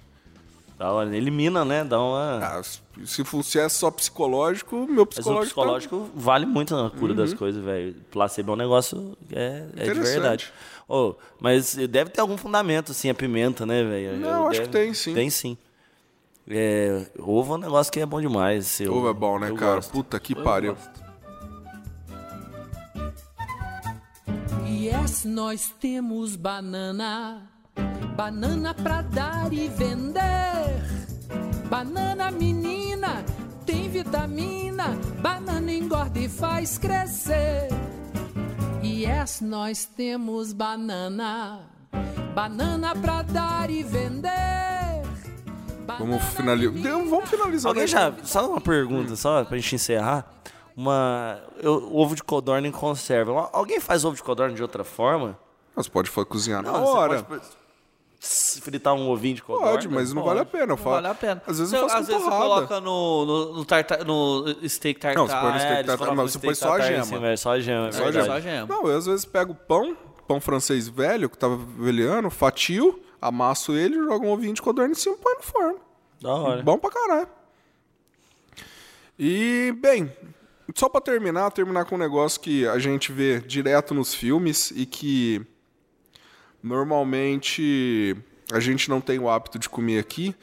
S3: Da hora, elimina, né? Dá uma...
S1: Ah, se- se fosse só psicológico, meu
S3: Mas o
S1: psicológico. tá- Uhum.
S3: psicológico vale muito na cura das coisas, velho. Placebo é um negócio que é, é de
S1: Interessante.
S3: verdade. Ô, mas deve ter algum fundamento, assim, a pimenta, né, velho?
S1: Não,
S3: Eu
S1: acho que
S3: deve-
S1: tem, sim.
S3: Tem sim. É, ovo é um negócio que é bom demais. esse
S1: Ovo é bom, né,
S3: eu
S1: cara?
S3: gosto.
S1: Puta que pariu.
S9: Yes, nós temos banana, banana pra dar e vender. Banana, menina, tem vitamina, banana engorda e faz crescer. Yes, nós temos banana, banana pra dar e vender.
S1: Vamos
S9: Banana,
S1: finalizar.
S9: menina,
S1: Vamos finalizar
S3: Alguém
S1: né?
S3: já. Só uma pergunta, só pra gente encerrar. Uma. eu- ovo de codorna em conserva. Al- Alguém faz ovo de codorna de outra forma?
S1: Mas pode fa- cozinhar na
S3: você
S1: hora.
S3: pode fritar um ovinho de codorna?
S1: Pode, mas não vale a pena. Eu
S2: Não
S1: falo-
S2: vale a pena.
S1: Às vezes
S2: Você-
S1: eu faço
S2: às
S1: com
S2: vezes você
S1: torrada.
S2: coloca no, no, no tartar, no steak tartar.
S1: Não, você põe no
S3: É,
S1: steak
S3: eles
S1: tartar,
S3: colocam
S1: mas você
S3: steak
S1: põe só a
S3: tartar em
S1: gema.
S3: cima, é, só a gema. é
S1: Só a
S3: verdade.
S2: Só a gema.
S1: Não, eu às vezes pego pão, pão francês velho, que tava velhando, fatio, amasso ele, jogo um ovinho de codorna em cima e põe no forno.
S3: Da hora.
S1: Bom pra caralho. E, bem, só pra terminar, terminar com um negócio que a gente vê direto nos filmes e que normalmente a gente não tem o hábito de comer aqui,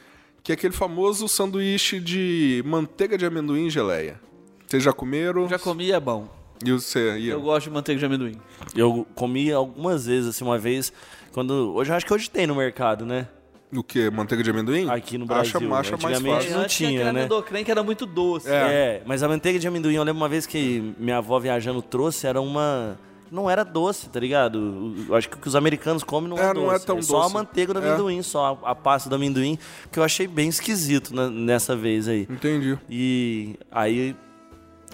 S1: que é aquele famoso sanduíche de manteiga de amendoim e geleia. Vocês já comeram?
S2: Já comi é bom.
S1: E você ia?
S2: Eu gosto de manteiga de amendoim.
S3: Eu comi algumas vezes, assim, uma vez, quando. Hoje eu acho que hoje tem no mercado, né?
S1: O que? Manteiga de amendoim?
S3: Aqui no
S1: Acha-
S3: Brasil, né?
S1: Acha, mais
S3: antigamente-
S1: fácil.
S3: não
S2: antes
S3: tinha,
S2: aquele
S3: né?
S2: amendoim que era muito doce.
S3: É. mas a manteiga de amendoim, eu lembro uma vez que minha avó viajando trouxe, era uma. Não era doce, tá ligado? O- eu Acho que o que os americanos comem não é,
S1: É,
S3: doce.
S1: não é tão
S3: só
S1: doce.
S3: a manteiga do
S1: É.
S3: amendoim, só a, a pasta do amendoim, que eu achei bem esquisito na- nessa vez aí.
S1: Entendi.
S3: E aí,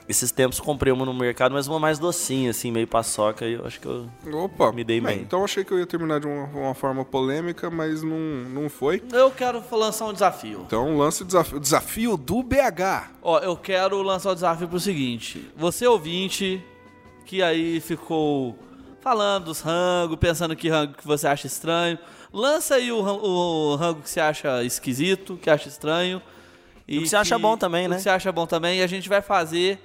S3: esses tempos comprei uma no mercado, mas uma mais docinha, assim, meio paçoca, e eu acho que eu.
S1: Opa.
S3: Me dei
S1: bem,
S3: bem.
S1: Então achei que eu ia terminar de uma, uma forma polêmica, mas não, não foi.
S2: Eu quero lançar um desafio.
S1: Então lance o desafio, desafio do BH.
S2: Ó, eu quero lançar o desafio pro seguinte. Você ouvinte, que aí ficou falando dos rangos, pensando que rango que você acha estranho, lança aí o, ran- o rango que você acha esquisito, que acha estranho. E
S3: O que você acha bom também,
S2: o
S3: né?
S2: que você acha bom também. E a gente vai fazer,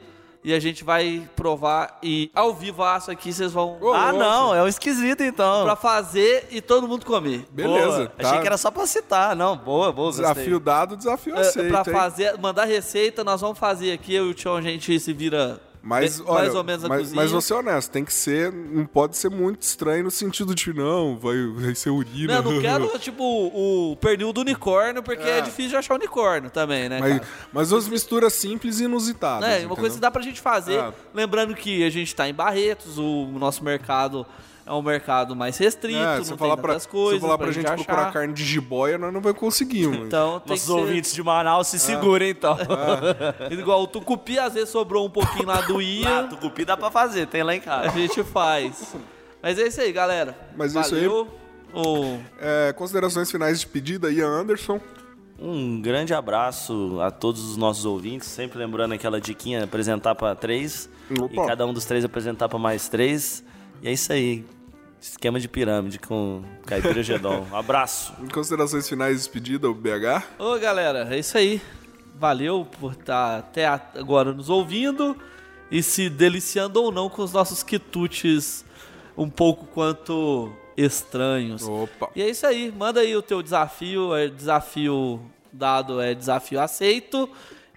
S2: e a gente vai provar, e ao vivaço aqui vocês vão...
S1: Ô,
S3: ah,
S1: louco.
S3: não, é o esquisito então.
S2: Pra fazer e todo mundo comer.
S1: Beleza.
S3: Boa.
S1: tá?
S3: Achei que era só pra citar. Não, boa, boa. gostei.
S1: Desafio dado, desafio
S2: É,
S1: aceito.
S2: pra
S1: hein?
S2: fazer, mandar receita, nós vamos fazer aqui, eu e o Tchon, a gente se vira
S1: Mas,
S2: be-
S1: olha,
S2: mais ou menos na
S1: mas,
S2: cozinha.
S1: mas vou ser honesto, tem que ser. Não pode ser muito estranho no sentido de não, vai, vai ser urina.
S2: Não, não quero, tipo, o pernil do unicórnio, porque é, difícil de achar unicórnio também, né,
S1: Ah. Mas,
S2: cara?
S1: mas as misturas simples e inusitadas.
S2: Né, uma
S1: entendeu?
S2: coisa que dá pra gente fazer.
S1: Ah.
S2: Lembrando que a gente tá em Barretos, o nosso mercado é um mercado mais restrito,
S1: É, se
S2: não tem
S1: eu falar pra,
S2: tantas
S1: se eu
S2: coisas
S1: falar pra, gente,
S2: achar.
S1: procurar carne de jiboia, nós não vai conseguir. mano.
S2: Então tem
S3: Nossos
S2: que ser-
S3: ouvintes de Manaus se segurem, então.
S2: Igual o Tucupi, às vezes sobrou um pouquinho lá do
S3: Ah,
S2: Ia,
S3: tucupi dá pra fazer, tem lá em
S2: a
S3: casa.
S2: gente faz. Mas é isso aí, galera.
S1: Mas é isso aí.
S2: O...
S1: É, considerações finais de pedida, Ian Anderson.
S3: Um grande abraço a todos os nossos ouvintes, sempre lembrando aquela diquinha, apresentar pra três,
S1: Opa.
S3: e cada um dos três apresentar pra mais três. E é isso aí. Esquema de pirâmide com Caipira Gedol. Abraço.
S1: Considerações finais de pedida, o BH.
S2: Ô galera, é isso aí. Valeu por estar até a- agora nos ouvindo e se deliciando ou não com os nossos quitutes um pouco quanto estranhos.
S1: Opa.
S2: E é isso aí, manda aí o teu desafio, é desafio dado, é desafio aceito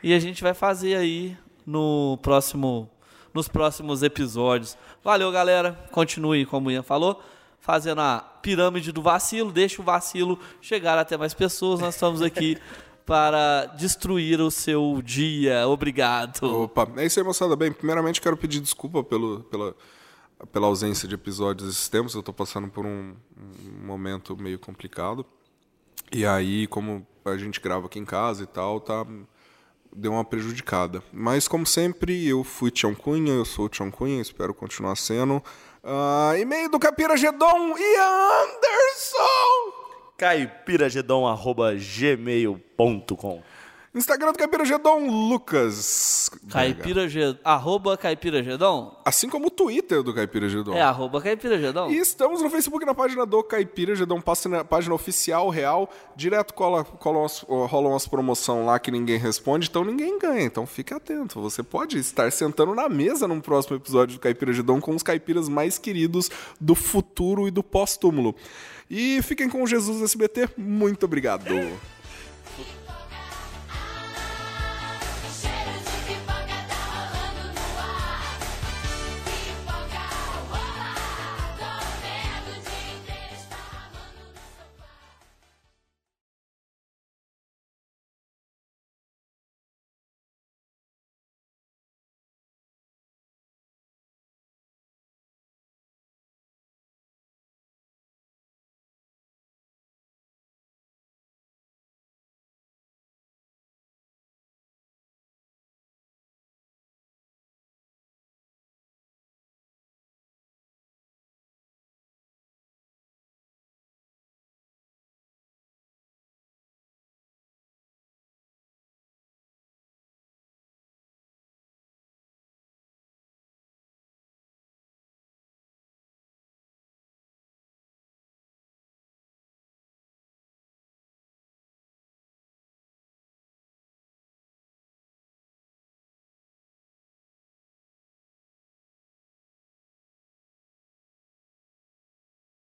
S2: e a gente vai fazer aí no próximo nos próximos episódios. Valeu, galera. Continue, como o Ian falou, fazendo a pirâmide do vacilo, deixa o vacilo chegar até mais pessoas. Nós estamos aqui para destruir o seu dia. Obrigado.
S1: Opa, é isso aí, moçada. Bem, primeiramente quero pedir desculpa pelo, pela, pela ausência de episódios esses tempos. Eu tô passando por um, um momento meio complicado. E aí, como a gente grava aqui em casa e tal, tá deu uma prejudicada. Mas, como sempre, eu fui Tião Cunha, eu sou o Tião Cunha, espero continuar sendo. Ah, e-mail do Capira Gedon, Ian Anderson!
S3: caipiragedom.gmail.com
S1: Instagram do Capira Gedon, Lucas.
S2: Caipira Ge- arroba Caipira Gedão?
S1: Assim como o Twitter do Caipira Gedon.
S2: É arroba Caipira Gedão?
S1: E estamos no Facebook na página do Caipira, já dá um passo na página oficial, real. Direto cola, cola umas, ó, rola umas promoção lá que ninguém responde, então ninguém ganha. Então fica atento. Você pode estar sentando na mesa num próximo episódio do Caipira Gedão com os caipiras mais queridos do futuro e do pós-túmulo. E fiquem com o Jesus SBT. Muito obrigado.